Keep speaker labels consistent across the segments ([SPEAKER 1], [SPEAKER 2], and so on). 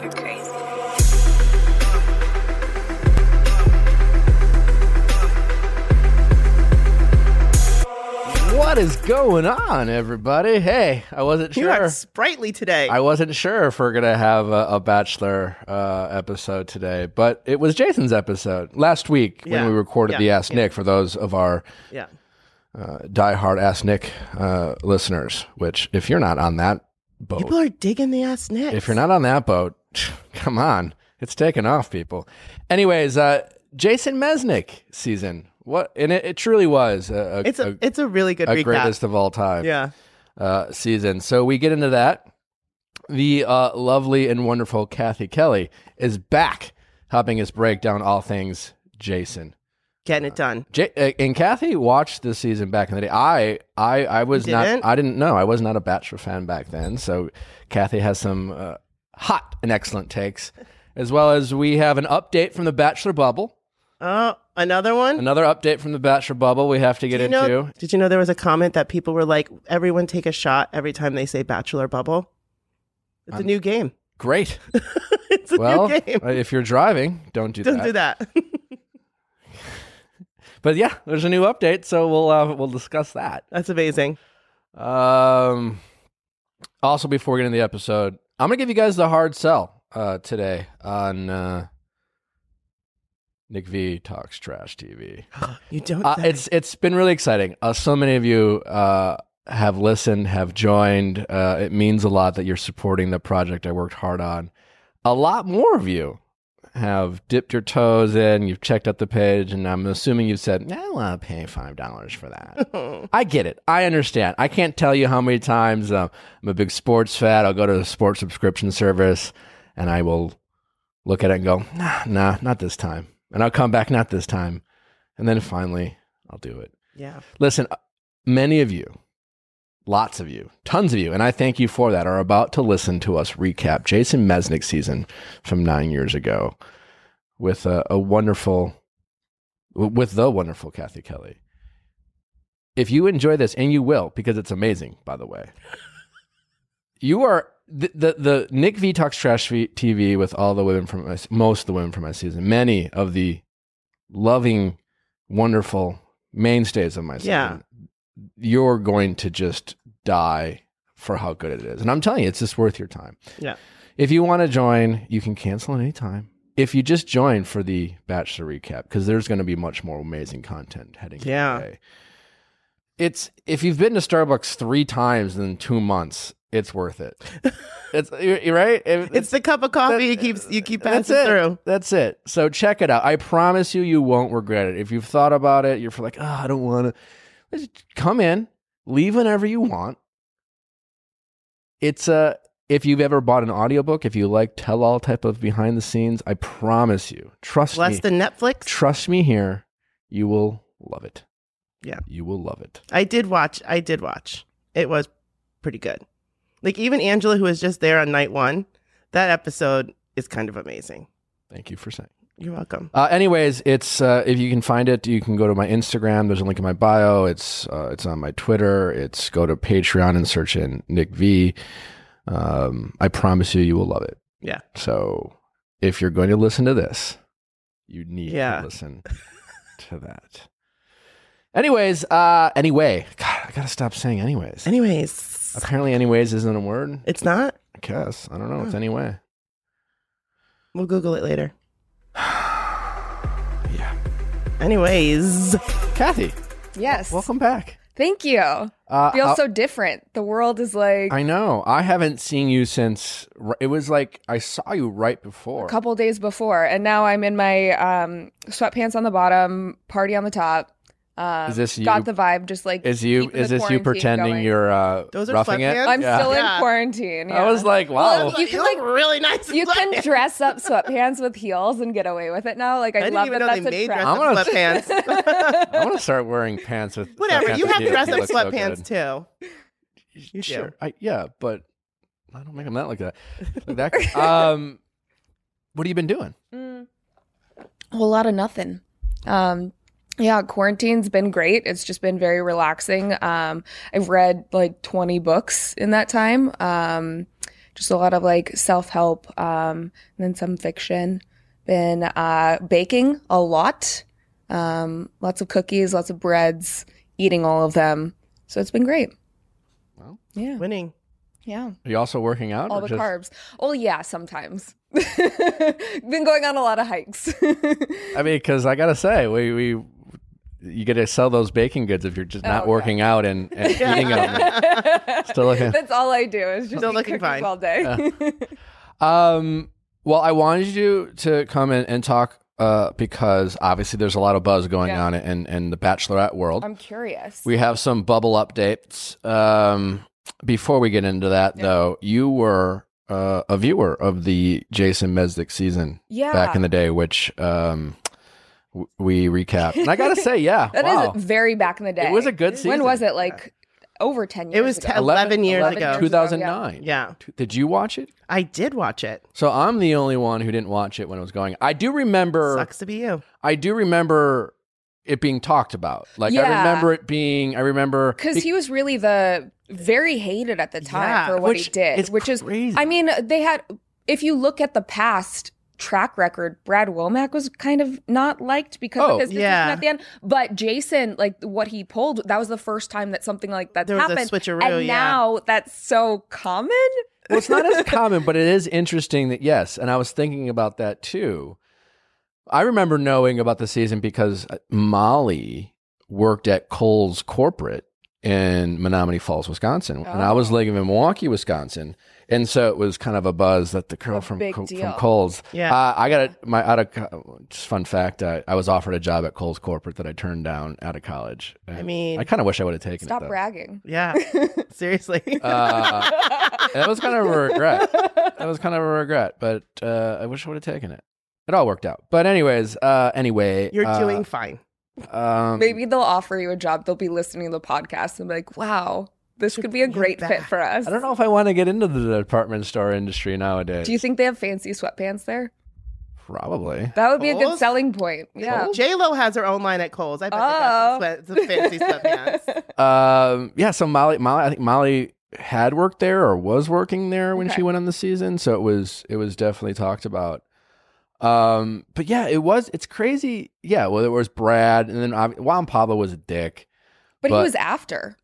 [SPEAKER 1] You're crazy.
[SPEAKER 2] What is going on, everybody? Hey, I wasn't
[SPEAKER 3] You
[SPEAKER 2] sure.
[SPEAKER 3] got sprightly today.
[SPEAKER 2] I wasn't sure if we're gonna have a, a bachelor uh, episode today, but it was Jason's episode last week
[SPEAKER 3] Yeah.
[SPEAKER 2] when we recorded
[SPEAKER 3] Yeah.
[SPEAKER 2] the Ask
[SPEAKER 3] Yeah.
[SPEAKER 2] Nick. For those of our
[SPEAKER 3] yeah.
[SPEAKER 2] diehard Ask Nick uh, listeners, which if you're not on that boat,
[SPEAKER 3] People are digging the ass next.
[SPEAKER 2] if you're not on that boat, come on, it's taking off, people. Anyways, uh, Jason Mesnick season. What and it, it truly was a, a,
[SPEAKER 3] it's a,
[SPEAKER 2] a-
[SPEAKER 3] it's a really good
[SPEAKER 2] a
[SPEAKER 3] recap.
[SPEAKER 2] greatest of all time
[SPEAKER 3] yeah.
[SPEAKER 2] uh, season. So we get into that. The uh, lovely and wonderful Kathy Kelly is back, helping us break down all things Jason.
[SPEAKER 3] Getting it done.
[SPEAKER 2] J- uh, and Kathy watched this season back in the day. I I I was
[SPEAKER 3] Didn't?
[SPEAKER 2] not I didn't know I was not a Bachelor fan back then. So Kathy has some uh, hot and excellent takes, as well as we have an update from the Bachelor bubble.
[SPEAKER 3] Oh, another one?
[SPEAKER 2] Another update from the Bachelor bubble we have to get
[SPEAKER 3] Did you
[SPEAKER 2] into.
[SPEAKER 3] know, did you know there was a comment that people were like, everyone take a shot every time they say bachelor bubble? It's a new game.
[SPEAKER 2] Great.
[SPEAKER 3] It's a
[SPEAKER 2] Well,
[SPEAKER 3] new game.
[SPEAKER 2] uh, if you're driving, don't do
[SPEAKER 3] Don't
[SPEAKER 2] that.
[SPEAKER 3] do that.
[SPEAKER 2] But yeah, there's a new update, so we'll uh, we'll discuss that.
[SPEAKER 3] That's amazing.
[SPEAKER 2] Um, also, before we get into the episode, I'm gonna give you guys the hard sell uh, today on uh, Nick V talks trash TV.
[SPEAKER 3] You don't.
[SPEAKER 2] Uh,
[SPEAKER 3] say-
[SPEAKER 2] it's it's been really exciting. Uh, so many of you uh, have listened, have joined. Uh, it means a lot that you're supporting the project I worked hard on. A lot more of you have dipped your toes in. You've checked out the page, and I'm assuming you've said, "I want to pay five dollars for that." I get it. I understand. I can't tell you how many times um, I'm a big sports fan. I'll go to a sports subscription service, and I will look at it and go, "Nah, nah, not this time." And I'll come back, "Not this time." And then finally, I'll do it.
[SPEAKER 3] yeah.
[SPEAKER 2] Listen, uh, many of you, lots of you, tons of you, and I thank you for that, are about to listen to us recap Jason Mesnick's season from nine years ago with a, a wonderful, w- with the wonderful Kathy Kelly. If you enjoy this, and you will, because it's amazing, by the way, you are. The, the the Nick V talks trash V- TV with all the women from my, most of the women from my season, many of the loving, wonderful mainstays of my season
[SPEAKER 3] Yeah.
[SPEAKER 2] you're going to just die for how good it is. And I'm telling you, it's just worth your time.
[SPEAKER 3] Yeah.
[SPEAKER 2] If you want to join, you can cancel at any time. If you just join for the Bachelor recap, because there's going to be much more amazing content heading your
[SPEAKER 3] Yeah.
[SPEAKER 2] way. It's if you've been to Starbucks three times in two months, it's worth it. it's you're, you're right. It-
[SPEAKER 3] It's the cup of coffee you keep you keep passing
[SPEAKER 2] it.
[SPEAKER 3] through.
[SPEAKER 2] That's it. So check it out. I promise you, you won't regret it. If you've thought about it, you're like, oh, I don't want to. Come in, leave whenever you want. It's a if you've ever bought an audiobook, if you like tell all type of behind the scenes, I promise you, trust
[SPEAKER 3] Less
[SPEAKER 2] me,
[SPEAKER 3] than Netflix.
[SPEAKER 2] trust me here, you will love it.
[SPEAKER 3] Yeah.
[SPEAKER 2] you will love it.
[SPEAKER 3] I did watch. I did watch. It was pretty good. Like even Angela, who was just there on night one, that episode is kind of amazing.
[SPEAKER 2] Thank you for saying.
[SPEAKER 3] You're welcome.
[SPEAKER 2] Uh, anyways, it's uh, if you can find it, you can go to my Instagram. There's a link in my bio. It's uh, it's on my Twitter. It's go to Patreon and search in Nick V. Um, I promise you, you will love it.
[SPEAKER 3] Yeah.
[SPEAKER 2] So if you're going to listen to this, you need
[SPEAKER 3] Yeah.
[SPEAKER 2] to listen to that. Anyways, uh, anyway, God, I gotta stop saying anyways.
[SPEAKER 3] Anyways,
[SPEAKER 2] Apparently, anyways isn't a word.
[SPEAKER 3] it's not.
[SPEAKER 2] I guess I don't know.
[SPEAKER 3] Hmm.
[SPEAKER 2] It's anyway.
[SPEAKER 3] We'll Google it later.
[SPEAKER 2] Yeah.
[SPEAKER 3] Anyways,
[SPEAKER 2] Kathy,
[SPEAKER 1] Yes.
[SPEAKER 2] welcome back.
[SPEAKER 1] Thank you.
[SPEAKER 2] Uh,
[SPEAKER 1] Feels
[SPEAKER 2] I'll-
[SPEAKER 1] so different. The world is like
[SPEAKER 2] I know. I haven't seen you since. r- It was like I saw you right before.
[SPEAKER 1] a couple days before, and now I'm in my um, sweatpants on the bottom, party on the top. Um,
[SPEAKER 2] Is this you-
[SPEAKER 1] Got the vibe. Just like
[SPEAKER 2] Is you
[SPEAKER 1] keeping the
[SPEAKER 2] is this you
[SPEAKER 1] quarantine
[SPEAKER 2] pretending
[SPEAKER 1] going.
[SPEAKER 2] you're uh,
[SPEAKER 3] Those are
[SPEAKER 2] roughing it?
[SPEAKER 3] sweatpants?
[SPEAKER 1] I'm
[SPEAKER 2] Yeah.
[SPEAKER 1] still
[SPEAKER 3] Yeah.
[SPEAKER 1] in quarantine.
[SPEAKER 2] I was
[SPEAKER 1] yeah.
[SPEAKER 2] like, wow.
[SPEAKER 1] Well, Oh. you can,
[SPEAKER 3] look
[SPEAKER 1] like-
[SPEAKER 3] really nice.
[SPEAKER 1] you
[SPEAKER 3] in
[SPEAKER 1] can
[SPEAKER 3] black.
[SPEAKER 1] dress up sweatpants with heels and get away with it now. Like I,
[SPEAKER 3] I didn't
[SPEAKER 1] love
[SPEAKER 3] even
[SPEAKER 1] that
[SPEAKER 3] know they
[SPEAKER 1] that's a
[SPEAKER 3] made
[SPEAKER 1] trend.
[SPEAKER 3] dress up
[SPEAKER 2] I'm
[SPEAKER 3] sweatpants.
[SPEAKER 2] I want to start wearing pants with
[SPEAKER 3] Whatever.
[SPEAKER 2] sweatpants
[SPEAKER 3] You
[SPEAKER 2] with
[SPEAKER 3] have
[SPEAKER 2] heels.
[SPEAKER 3] dress
[SPEAKER 2] They
[SPEAKER 3] up
[SPEAKER 2] look so
[SPEAKER 3] sweatpants
[SPEAKER 2] good.
[SPEAKER 3] too. You do.
[SPEAKER 2] Sure. I, yeah, but I don't make them that like that. Like that. um, what have you been doing?
[SPEAKER 1] Mm. A whole lot of nothing. Um, yeah, quarantine's been great. It's just been very relaxing. Um, I've read like 20 books in that time. Um, just a lot of like self help, um, and then some fiction. Been uh, baking a lot, um, lots of cookies, lots of breads, eating all of them. So it's been great.
[SPEAKER 2] Well.
[SPEAKER 1] yeah,
[SPEAKER 3] Winning.
[SPEAKER 1] yeah
[SPEAKER 2] Are you also working out?
[SPEAKER 1] all
[SPEAKER 2] or
[SPEAKER 1] the
[SPEAKER 2] just-
[SPEAKER 1] carbs. Oh yeah, sometimes. Been going on a lot of hikes.
[SPEAKER 2] I mean, because I gotta say, we we you get to sell those baking goods if you're just not
[SPEAKER 1] Oh, yeah.
[SPEAKER 2] working out and, and eating them. Still looking.
[SPEAKER 1] That's all I do is just
[SPEAKER 3] Still
[SPEAKER 1] eat
[SPEAKER 3] looking
[SPEAKER 1] cookies
[SPEAKER 3] fine.
[SPEAKER 1] all day.
[SPEAKER 2] Um, well, I wanted you to come in and talk uh, because obviously there's a lot of buzz going
[SPEAKER 1] Yeah.
[SPEAKER 2] on in, in the Bachelorette world.
[SPEAKER 1] I'm curious.
[SPEAKER 2] we have some bubble updates. Um, before we get into that, though, you were uh, a viewer of the Jason Mesdick season
[SPEAKER 1] yeah,
[SPEAKER 2] back in the day, which um, w- we recapped. And I gotta say, yeah,
[SPEAKER 1] that is
[SPEAKER 2] wow,
[SPEAKER 1] very back in the day.
[SPEAKER 2] it was a good season.
[SPEAKER 1] when was it? Like over ten years.
[SPEAKER 3] It was
[SPEAKER 1] ago.
[SPEAKER 3] 10 11 years ago.
[SPEAKER 2] 2009.
[SPEAKER 3] uh, Yeah.
[SPEAKER 2] Did you watch it?
[SPEAKER 3] I did watch it.
[SPEAKER 2] So I'm the only one who didn't watch it when it was going. I do remember.
[SPEAKER 3] Sucks to be you.
[SPEAKER 2] I do remember it being talked about. Like I
[SPEAKER 1] Yeah.
[SPEAKER 2] remember it being. I remember
[SPEAKER 1] because he was really the very hated at the time
[SPEAKER 3] Yeah,
[SPEAKER 1] for what
[SPEAKER 2] which
[SPEAKER 1] he did,
[SPEAKER 2] is
[SPEAKER 1] which
[SPEAKER 2] crazy.
[SPEAKER 1] is I mean they had if you look at the past track record, Brad Womack was kind of not liked because
[SPEAKER 2] Oh,
[SPEAKER 1] of his decision
[SPEAKER 3] yeah.
[SPEAKER 1] at the end. But Jason, like what he pulled, that was the first time that something like that
[SPEAKER 3] There was a
[SPEAKER 1] happened.
[SPEAKER 3] switcheroo,
[SPEAKER 1] and
[SPEAKER 3] yeah.
[SPEAKER 1] now that's so common.
[SPEAKER 2] Well, it's not as common, but it is interesting that yes, and I was thinking about that too. I remember knowing about the season because uh, Molly worked at Kohl's corporate in Menominee Falls, Wisconsin, and I was
[SPEAKER 1] Oh.
[SPEAKER 2] living in Milwaukee, Wisconsin, and so it was kind of a buzz that the girl
[SPEAKER 1] A
[SPEAKER 2] from
[SPEAKER 1] big
[SPEAKER 2] Co- from
[SPEAKER 1] deal.
[SPEAKER 2] Kohl's.
[SPEAKER 3] Yeah.
[SPEAKER 2] Uh, I got a, my out of co- just fun fact. Uh, I was offered a job at Kohl's corporate that I turned down out of college.
[SPEAKER 3] I
[SPEAKER 2] And
[SPEAKER 3] mean,
[SPEAKER 2] I kind of wish I would have taken
[SPEAKER 1] Stop
[SPEAKER 2] it. though.
[SPEAKER 1] bragging.
[SPEAKER 3] yeah. Seriously.
[SPEAKER 2] Uh, that was kind of a regret. That was kind of a regret, but uh, I wish I would have taken it. It all worked out. But anyways, uh, anyway,
[SPEAKER 3] You're
[SPEAKER 2] uh,
[SPEAKER 3] doing fine.
[SPEAKER 2] um,
[SPEAKER 1] Maybe they'll offer you a job. They'll be listening to the podcast and be like, wow, this could be a
[SPEAKER 3] bring
[SPEAKER 1] great
[SPEAKER 3] back.
[SPEAKER 1] fit for us.
[SPEAKER 2] I don't know if I want to get into the department store industry nowadays.
[SPEAKER 1] Do you think they have fancy sweatpants there?
[SPEAKER 2] Probably.
[SPEAKER 1] That would be a good
[SPEAKER 3] Kohl's?
[SPEAKER 1] selling point. Yeah. Oh.
[SPEAKER 3] J Lo has her own line at Kohl's. I bet they got some, sweat, some fancy sweatpants.
[SPEAKER 2] Um, yeah. So Molly, Molly, I think Molly had worked there or was working there when
[SPEAKER 1] Okay.
[SPEAKER 2] she went on the season, so it was it was definitely talked about. Um, but yeah, it was. It's crazy. Yeah. Well, there was Brad, and then ob- Juan Pablo was a dick.
[SPEAKER 1] But, he
[SPEAKER 2] But-
[SPEAKER 1] was after.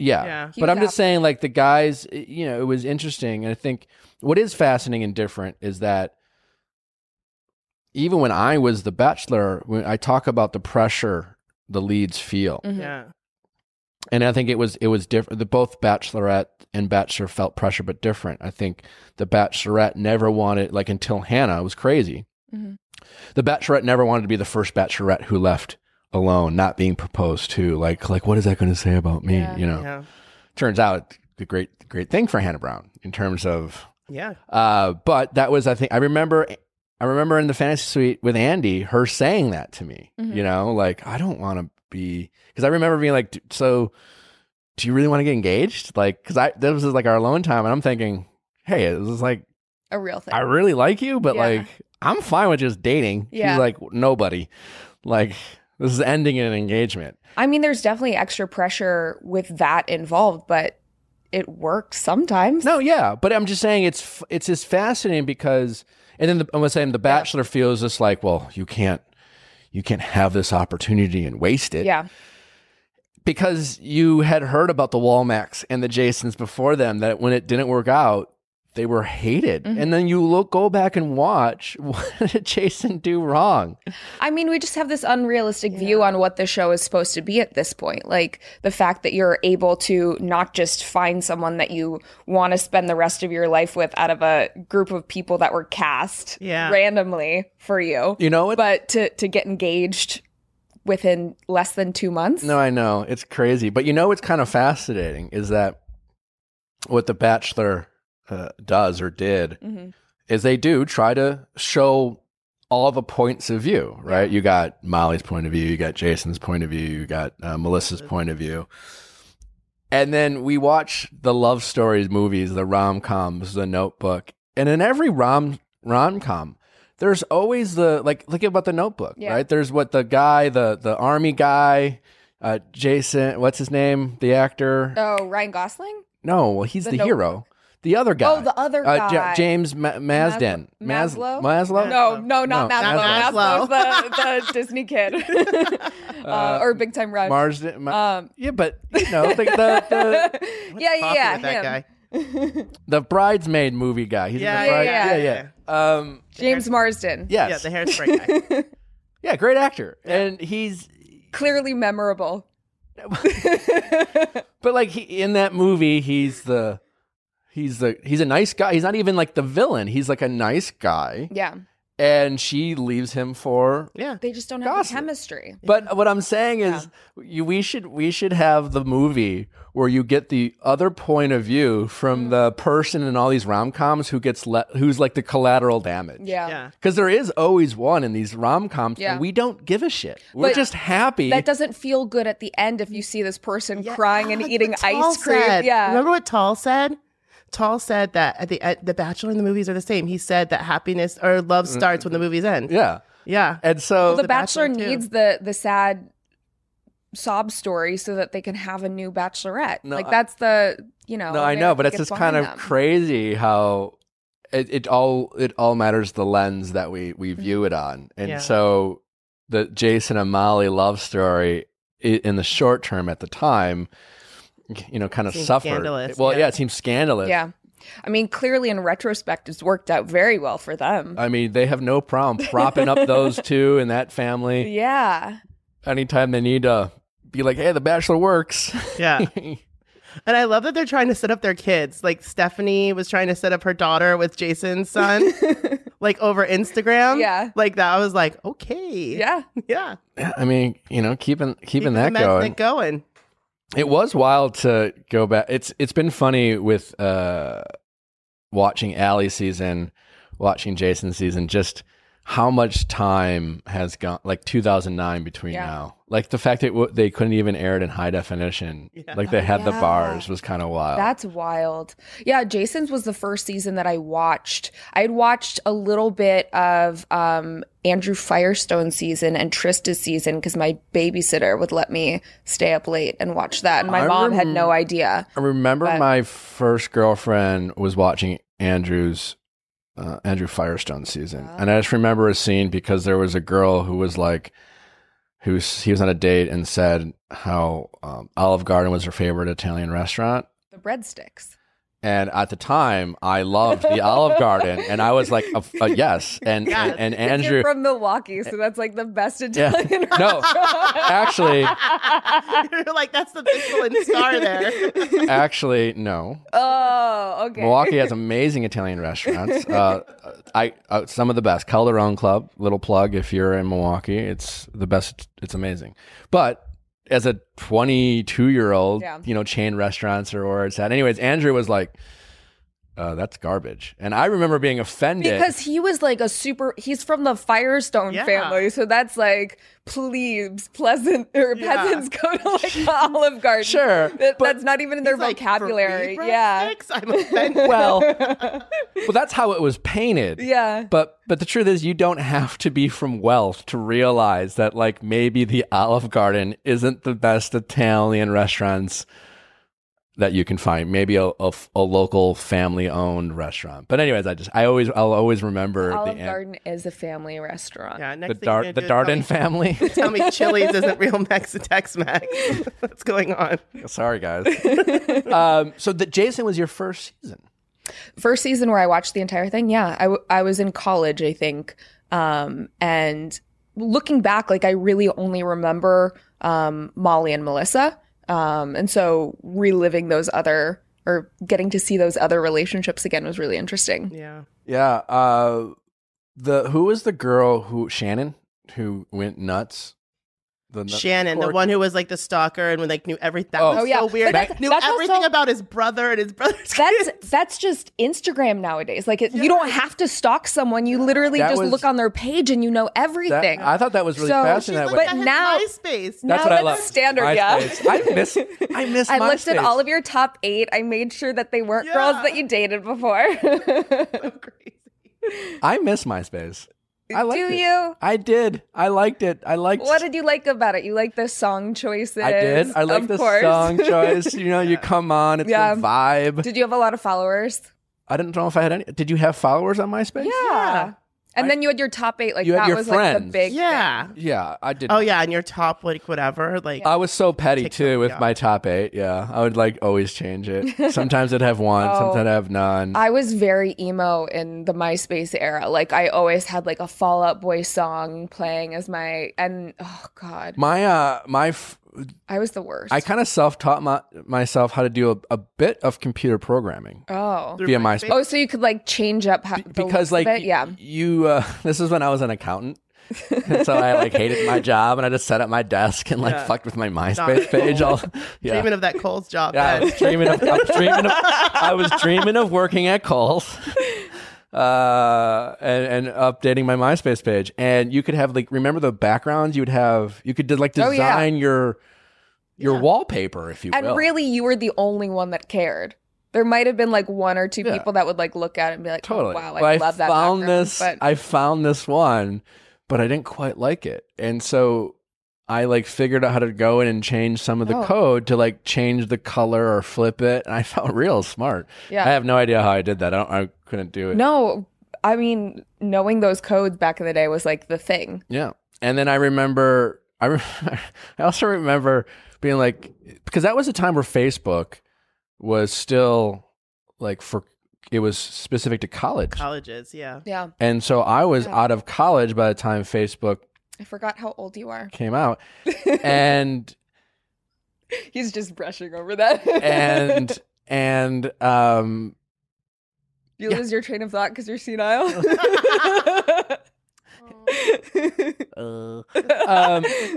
[SPEAKER 3] Yeah.
[SPEAKER 1] He
[SPEAKER 2] but
[SPEAKER 1] was
[SPEAKER 2] I'm just
[SPEAKER 1] after.
[SPEAKER 2] saying, like the guys, it- you know, it was interesting, and I think what is fascinating and different is that even when I was the Bachelor, when I talk about the pressure the leads feel,
[SPEAKER 1] Mhm.
[SPEAKER 3] Yeah.
[SPEAKER 2] and I think it was it was different. The both Bachelorette and Bachelor felt pressure, but different. I think the Bachelorette never wanted, like until Hannah was crazy,
[SPEAKER 1] Mhm.
[SPEAKER 2] the Bachelorette never wanted to be the first Bachelorette who left alone, not being proposed to. Like, like what is that going to say about me?
[SPEAKER 1] Yeah.
[SPEAKER 2] You know
[SPEAKER 3] Yeah.
[SPEAKER 2] turns out the great great thing for Hannah Brown in terms of
[SPEAKER 3] Yeah.
[SPEAKER 2] uh but that was I think I remember I remember in the fantasy suite with Andy her saying that to me
[SPEAKER 1] Mhm.
[SPEAKER 2] you know like I don't want to be cuz I remember being like "D- so do you really want to get engaged like cuz I this was like our alone time and I'm thinking hey it was like
[SPEAKER 1] a real thing.
[SPEAKER 2] I really like you but
[SPEAKER 1] Yeah.
[SPEAKER 2] like I'm fine with just dating
[SPEAKER 1] Yeah.
[SPEAKER 2] she's like nobody like this is ending in an engagement
[SPEAKER 1] I mean, there's definitely extra pressure with that involved, but it works sometimes.
[SPEAKER 2] No, yeah, but I'm just saying it's f- it's just fascinating because, and then the, I'm saying the Bachelor feels just like, well, you can't you can't have this opportunity and waste it,
[SPEAKER 1] Yeah.
[SPEAKER 2] because you had heard about the Walmacks and the Jasons before them that when it didn't work out. They were hated, and then you look, go back and watch. What did Jason do wrong?
[SPEAKER 1] I mean, we just have this unrealistic view on what the show is supposed to be at this point. Like the fact that you're able to not just find someone that you want to spend the rest of your life with out of a group of people that were cast
[SPEAKER 3] Yeah.
[SPEAKER 1] randomly for you,
[SPEAKER 2] You know, it,
[SPEAKER 1] but to, to get engaged within less than two months.
[SPEAKER 2] No, I know. It's crazy. But you know what's kind of fascinating is that what The Bachelor uh, does or did
[SPEAKER 1] Mhm.
[SPEAKER 2] is they do try to show all the points of view, right? You got Molly's point of view, you got Jason's point of view, you got uh, Melissa's point of view. And then we watch the love stories movies, the rom coms, the notebook. And in every rom rom com, there's always the like look about the notebook,
[SPEAKER 1] Yeah.
[SPEAKER 2] right? There's what the guy, the the army guy, uh, Jason, what's his name? The actor.
[SPEAKER 1] Oh, Ryan Gosling?
[SPEAKER 2] No, well, he's
[SPEAKER 1] The
[SPEAKER 2] the,
[SPEAKER 1] Notebook.
[SPEAKER 2] hero. The other guy.
[SPEAKER 1] Oh, the other
[SPEAKER 2] Uh, Ja-
[SPEAKER 1] guy.
[SPEAKER 2] James Ma- Masden. Mas-
[SPEAKER 1] Maslow?
[SPEAKER 2] Maslow?
[SPEAKER 1] No, no, not
[SPEAKER 2] No,
[SPEAKER 1] Maslow.
[SPEAKER 3] not
[SPEAKER 1] Maslow's
[SPEAKER 3] Maslow.
[SPEAKER 1] the, the Disney kid, uh, or Big Time Rush.
[SPEAKER 2] Marsden. Ma-
[SPEAKER 1] um,
[SPEAKER 2] yeah, but, you know, the, the, the,
[SPEAKER 1] yeah, yeah,
[SPEAKER 3] Coffee
[SPEAKER 1] yeah.
[SPEAKER 3] with that
[SPEAKER 1] him.
[SPEAKER 3] guy.
[SPEAKER 2] the bridesmaid movie guy. He's in
[SPEAKER 3] Yeah,
[SPEAKER 2] the
[SPEAKER 3] yeah,
[SPEAKER 2] bride-
[SPEAKER 1] yeah,
[SPEAKER 2] yeah. yeah. Um,
[SPEAKER 1] James Marsden.
[SPEAKER 2] yes.
[SPEAKER 3] Yeah, the hairspray guy.
[SPEAKER 2] yeah, great actor. And he's,
[SPEAKER 1] Clearly memorable.
[SPEAKER 2] but like he, in that movie, he's the, he's the, he's a nice guy. He's not even like the villain. He's like a nice guy.
[SPEAKER 1] Yeah.
[SPEAKER 2] And she leaves him for
[SPEAKER 3] Yeah.
[SPEAKER 1] They just don't have the
[SPEAKER 2] Gosling.
[SPEAKER 1] chemistry.
[SPEAKER 2] But what I'm saying is, you, we should we should have the movie where you get the other point of view from
[SPEAKER 1] Mm.
[SPEAKER 2] the person in all these rom coms who gets le- who's like the collateral damage.
[SPEAKER 1] Yeah.
[SPEAKER 3] Yeah.
[SPEAKER 2] Because there is always one in these rom coms,
[SPEAKER 1] Yeah.
[SPEAKER 2] and we don't give a shit. We're
[SPEAKER 1] But
[SPEAKER 2] just happy.
[SPEAKER 1] That doesn't feel good at the end if you see this person
[SPEAKER 3] Yeah.
[SPEAKER 1] crying and
[SPEAKER 3] That's
[SPEAKER 1] eating
[SPEAKER 3] what Tall
[SPEAKER 1] ice cream.
[SPEAKER 3] said.
[SPEAKER 1] Yeah.
[SPEAKER 3] Remember what Tall said? Tall said that at the at the Bachelor and the movies are the same. He said that happiness or love starts when the movies end.
[SPEAKER 2] yeah,
[SPEAKER 3] Yeah.
[SPEAKER 2] and so
[SPEAKER 1] the,
[SPEAKER 3] The
[SPEAKER 1] bachelor,
[SPEAKER 3] Bachelor, too.
[SPEAKER 1] needs the the sad sob story so that they can have a new bachelorette.
[SPEAKER 2] No,
[SPEAKER 1] like
[SPEAKER 2] I-
[SPEAKER 1] that's the you know.
[SPEAKER 2] no, I know, but it's just kind of
[SPEAKER 1] crazy.
[SPEAKER 2] crazy how it, it all it all matters the lens that we we view it on, and
[SPEAKER 3] Yeah.
[SPEAKER 2] so the Jason and Molly love story i- in the short term at the time, you know, kind of
[SPEAKER 3] Seems
[SPEAKER 2] suffered.
[SPEAKER 3] scandalous,
[SPEAKER 2] well,
[SPEAKER 3] yeah.
[SPEAKER 2] yeah. it seems scandalous.
[SPEAKER 1] Yeah, I mean, clearly in retrospect, it's worked out very well for them.
[SPEAKER 2] I mean, they have no problem propping up those two and that family
[SPEAKER 1] yeah,
[SPEAKER 2] anytime they need to be like, "Hey, The Bachelor works."
[SPEAKER 3] Yeah. And I love that they're trying to set up their kids. Like Stephanie was trying to set up her daughter with Jason's son, like over Instagram.
[SPEAKER 1] Yeah.
[SPEAKER 3] Like that. I was like, okay.
[SPEAKER 1] yeah.
[SPEAKER 3] Yeah.
[SPEAKER 2] I mean, you know, keeping keeping
[SPEAKER 3] Keeping
[SPEAKER 2] that
[SPEAKER 3] the method
[SPEAKER 2] going.
[SPEAKER 3] going.
[SPEAKER 2] It was wild to go back. It's it's been funny with uh watching Allie season, watching Jason season, just how much time has gone like 2009 between
[SPEAKER 1] Yeah.
[SPEAKER 2] now. Like the fact that w- they couldn't even air it in high definition.
[SPEAKER 3] Yeah.
[SPEAKER 2] Like they had the
[SPEAKER 1] Yeah.
[SPEAKER 2] bars was kind of wild.
[SPEAKER 1] That's wild. Yeah, Jason's was the first season that I watched. I had watched a little bit of um, Andrew Firestone's season and Trista's season because my babysitter would let me stay up late and watch that, and my
[SPEAKER 2] I
[SPEAKER 1] mom had
[SPEAKER 2] remem-
[SPEAKER 1] no idea.
[SPEAKER 2] I remember
[SPEAKER 1] But-
[SPEAKER 2] my first girlfriend was watching Andrew's uh, Andrew Firestone season, and I just remember a scene because there was a girl who was like, who was, he was on a date and said how um, Olive Garden was her favorite Italian restaurant.
[SPEAKER 1] The breadsticks.
[SPEAKER 2] And at the time, I loved the Olive Garden, and I was like, a, a yes. And,
[SPEAKER 3] Yes.
[SPEAKER 2] and and
[SPEAKER 1] The kid
[SPEAKER 2] Andrew,
[SPEAKER 1] from Milwaukee, so that's like the best
[SPEAKER 2] yeah,
[SPEAKER 1] Italian.
[SPEAKER 2] no, actually,
[SPEAKER 3] You're like, that's the Michelin star there.
[SPEAKER 2] actually, no.
[SPEAKER 1] Oh, okay.
[SPEAKER 2] Milwaukee has amazing Italian restaurants. Uh, I uh, some of the best. Calderon Club, little plug. If you're in Milwaukee, it's the best. It's amazing. But as a 22 year old,
[SPEAKER 1] Yeah.
[SPEAKER 2] you know, chain restaurants or where it's at. Anyways, Andrew was like, uh, "That's garbage," and I remember being offended
[SPEAKER 1] Because he was like a super. He's from the Firestone
[SPEAKER 3] Yeah.
[SPEAKER 1] family, so that's like plebes, pleasant or
[SPEAKER 3] Yeah.
[SPEAKER 1] peasants go to like the Olive Garden.
[SPEAKER 2] Sure,
[SPEAKER 1] That-
[SPEAKER 2] but-
[SPEAKER 1] that's not even in their
[SPEAKER 3] He's like,
[SPEAKER 1] vocabulary.
[SPEAKER 3] "For me,
[SPEAKER 1] yeah,
[SPEAKER 3] breadsticks? I'm offended.
[SPEAKER 2] well, well, that's how it was painted.
[SPEAKER 1] Yeah.
[SPEAKER 2] But but the truth is, you don't have to be from wealth to realize that like maybe the Olive Garden isn't the best Italian restaurants that you can find. Maybe a, a f- a local family owned restaurant. But anyways, I just I always I'll always remember
[SPEAKER 1] Olive
[SPEAKER 2] the
[SPEAKER 1] Garden is a family restaurant.
[SPEAKER 2] the
[SPEAKER 3] yeah, next thing
[SPEAKER 2] Dar-
[SPEAKER 3] you're
[SPEAKER 2] the
[SPEAKER 3] gonna do
[SPEAKER 2] Darden
[SPEAKER 3] is
[SPEAKER 2] family.
[SPEAKER 3] Tell me, tell me Chili's isn't real Tex Mex. What's going on?
[SPEAKER 2] Sorry guys. um, so that Jason was your first season.
[SPEAKER 1] First season where I watched the entire thing. Yeah, I, w- I was in college, I think, um, and looking back, like I really only remember um, Molly and Melissa, um, and so reliving those other or getting to see those other relationships again was really interesting.
[SPEAKER 3] Yeah.
[SPEAKER 2] Yeah. Uh, the who was the girl who Shannon who went nuts? The nu-
[SPEAKER 3] Shannon, the
[SPEAKER 2] Courtney.
[SPEAKER 3] one who was like the stalker and like knew everything. That
[SPEAKER 2] Oh.
[SPEAKER 3] was
[SPEAKER 1] Oh, yeah.
[SPEAKER 3] so weird.
[SPEAKER 1] But that's-
[SPEAKER 3] knew
[SPEAKER 1] that's
[SPEAKER 3] everything
[SPEAKER 1] also-
[SPEAKER 3] about his brother and his brother's
[SPEAKER 1] That's
[SPEAKER 3] kids.
[SPEAKER 1] that's just Instagram nowadays. Like it, you don't have to stalk someone. You literally
[SPEAKER 2] That
[SPEAKER 1] just
[SPEAKER 2] was-
[SPEAKER 1] look on their page and you know
[SPEAKER 2] That-
[SPEAKER 1] everything.
[SPEAKER 2] I thought that was really
[SPEAKER 1] So-
[SPEAKER 3] She's
[SPEAKER 2] fascinating.
[SPEAKER 1] but
[SPEAKER 2] That way.
[SPEAKER 3] like, but his
[SPEAKER 1] now-
[SPEAKER 3] MySpace.
[SPEAKER 2] That's
[SPEAKER 1] now
[SPEAKER 2] what I
[SPEAKER 1] it's
[SPEAKER 2] love.
[SPEAKER 1] standard, yeah.
[SPEAKER 2] MySpace. I miss. I miss.
[SPEAKER 1] I listed
[SPEAKER 2] MySpace.
[SPEAKER 1] all of your top eight. I made sure that they weren't
[SPEAKER 3] Yeah.
[SPEAKER 1] girls that you dated before.
[SPEAKER 3] so crazy.
[SPEAKER 2] I miss MySpace. I liked
[SPEAKER 1] Do
[SPEAKER 2] it.
[SPEAKER 1] you?
[SPEAKER 2] I did. I liked it. I liked.
[SPEAKER 1] What did you like about it? You like the song choices.
[SPEAKER 2] I did. I like
[SPEAKER 1] of
[SPEAKER 2] the
[SPEAKER 1] course.
[SPEAKER 2] song choice. You know, you come on. It's
[SPEAKER 1] Yeah.
[SPEAKER 2] a vibe.
[SPEAKER 1] Did you have a lot of followers?
[SPEAKER 2] I didn't know if I had any. Did you have followers on MySpace?
[SPEAKER 1] Yeah. And then you had your top eight. Like
[SPEAKER 2] You had
[SPEAKER 1] that
[SPEAKER 2] your
[SPEAKER 1] was like the
[SPEAKER 2] friends.
[SPEAKER 1] big.
[SPEAKER 3] Yeah.
[SPEAKER 2] Yeah, I did.
[SPEAKER 3] Oh yeah, and your top like whatever. Like
[SPEAKER 2] I was so petty
[SPEAKER 3] TikTok,
[SPEAKER 2] too with
[SPEAKER 3] yeah.
[SPEAKER 2] my top eight. Yeah, I would like always change it. Sometimes I'd have one.
[SPEAKER 1] Oh.
[SPEAKER 2] Sometimes I'd have none.
[SPEAKER 1] I was very emo in the MySpace era. Like I always had like a Fall Out Boy song playing as my and oh god,
[SPEAKER 2] my uh, my f-
[SPEAKER 1] I was the worst.
[SPEAKER 2] I kind of self taught my, myself how to do a, a bit of computer programming
[SPEAKER 1] oh
[SPEAKER 3] through
[SPEAKER 2] via MySpace.
[SPEAKER 1] oh, so you could like change up how, the
[SPEAKER 2] because
[SPEAKER 1] looks of
[SPEAKER 2] like
[SPEAKER 1] it? yeah.
[SPEAKER 2] y- you uh, this is when I was an accountant. and so I like hated my job and I just set up my desk and like
[SPEAKER 3] Yeah.
[SPEAKER 2] fucked with my MySpace page all yeah.
[SPEAKER 3] Dreaming of that Cole's job.
[SPEAKER 2] Yeah, I
[SPEAKER 3] then.
[SPEAKER 2] was dreaming of, I was dreaming of, I was dreaming of working at Kohl's. Uh, and, and updating my MySpace page, and you could have like remember the backgrounds you would have. You could like
[SPEAKER 1] Oh, yeah.
[SPEAKER 2] design your your wallpaper if you
[SPEAKER 1] And
[SPEAKER 2] will.
[SPEAKER 1] really, you were the only one that cared. There might have been like one or two
[SPEAKER 2] Yeah.
[SPEAKER 1] people that would like look at it and be like, oh,
[SPEAKER 2] totally.
[SPEAKER 1] wow,
[SPEAKER 2] But
[SPEAKER 1] I love that."
[SPEAKER 2] found
[SPEAKER 1] background,
[SPEAKER 2] this.
[SPEAKER 1] but-
[SPEAKER 2] I found this one, but I didn't quite like it, and so I like figured out how to go in and change some of the
[SPEAKER 1] Oh.
[SPEAKER 2] code to like change the color or flip it, and I felt real smart.
[SPEAKER 1] Yeah.
[SPEAKER 2] I have no idea how I did that. I don't. I couldn't do it.
[SPEAKER 1] No, I mean knowing those codes back in the day was like the thing.
[SPEAKER 2] Yeah. And then I remember, I, re- I also remember being like, because that was a time where Facebook was still like for, it was specific to college.
[SPEAKER 3] colleges. Yeah.
[SPEAKER 1] Yeah,
[SPEAKER 2] And so I was
[SPEAKER 1] Yeah.
[SPEAKER 2] out of college by the time Facebook
[SPEAKER 1] I forgot how old you are.
[SPEAKER 2] came out. and,
[SPEAKER 1] He's just brushing over that.
[SPEAKER 2] and, and, um,
[SPEAKER 1] you
[SPEAKER 2] yeah.
[SPEAKER 1] lose your train of thought because you're senile.
[SPEAKER 2] um,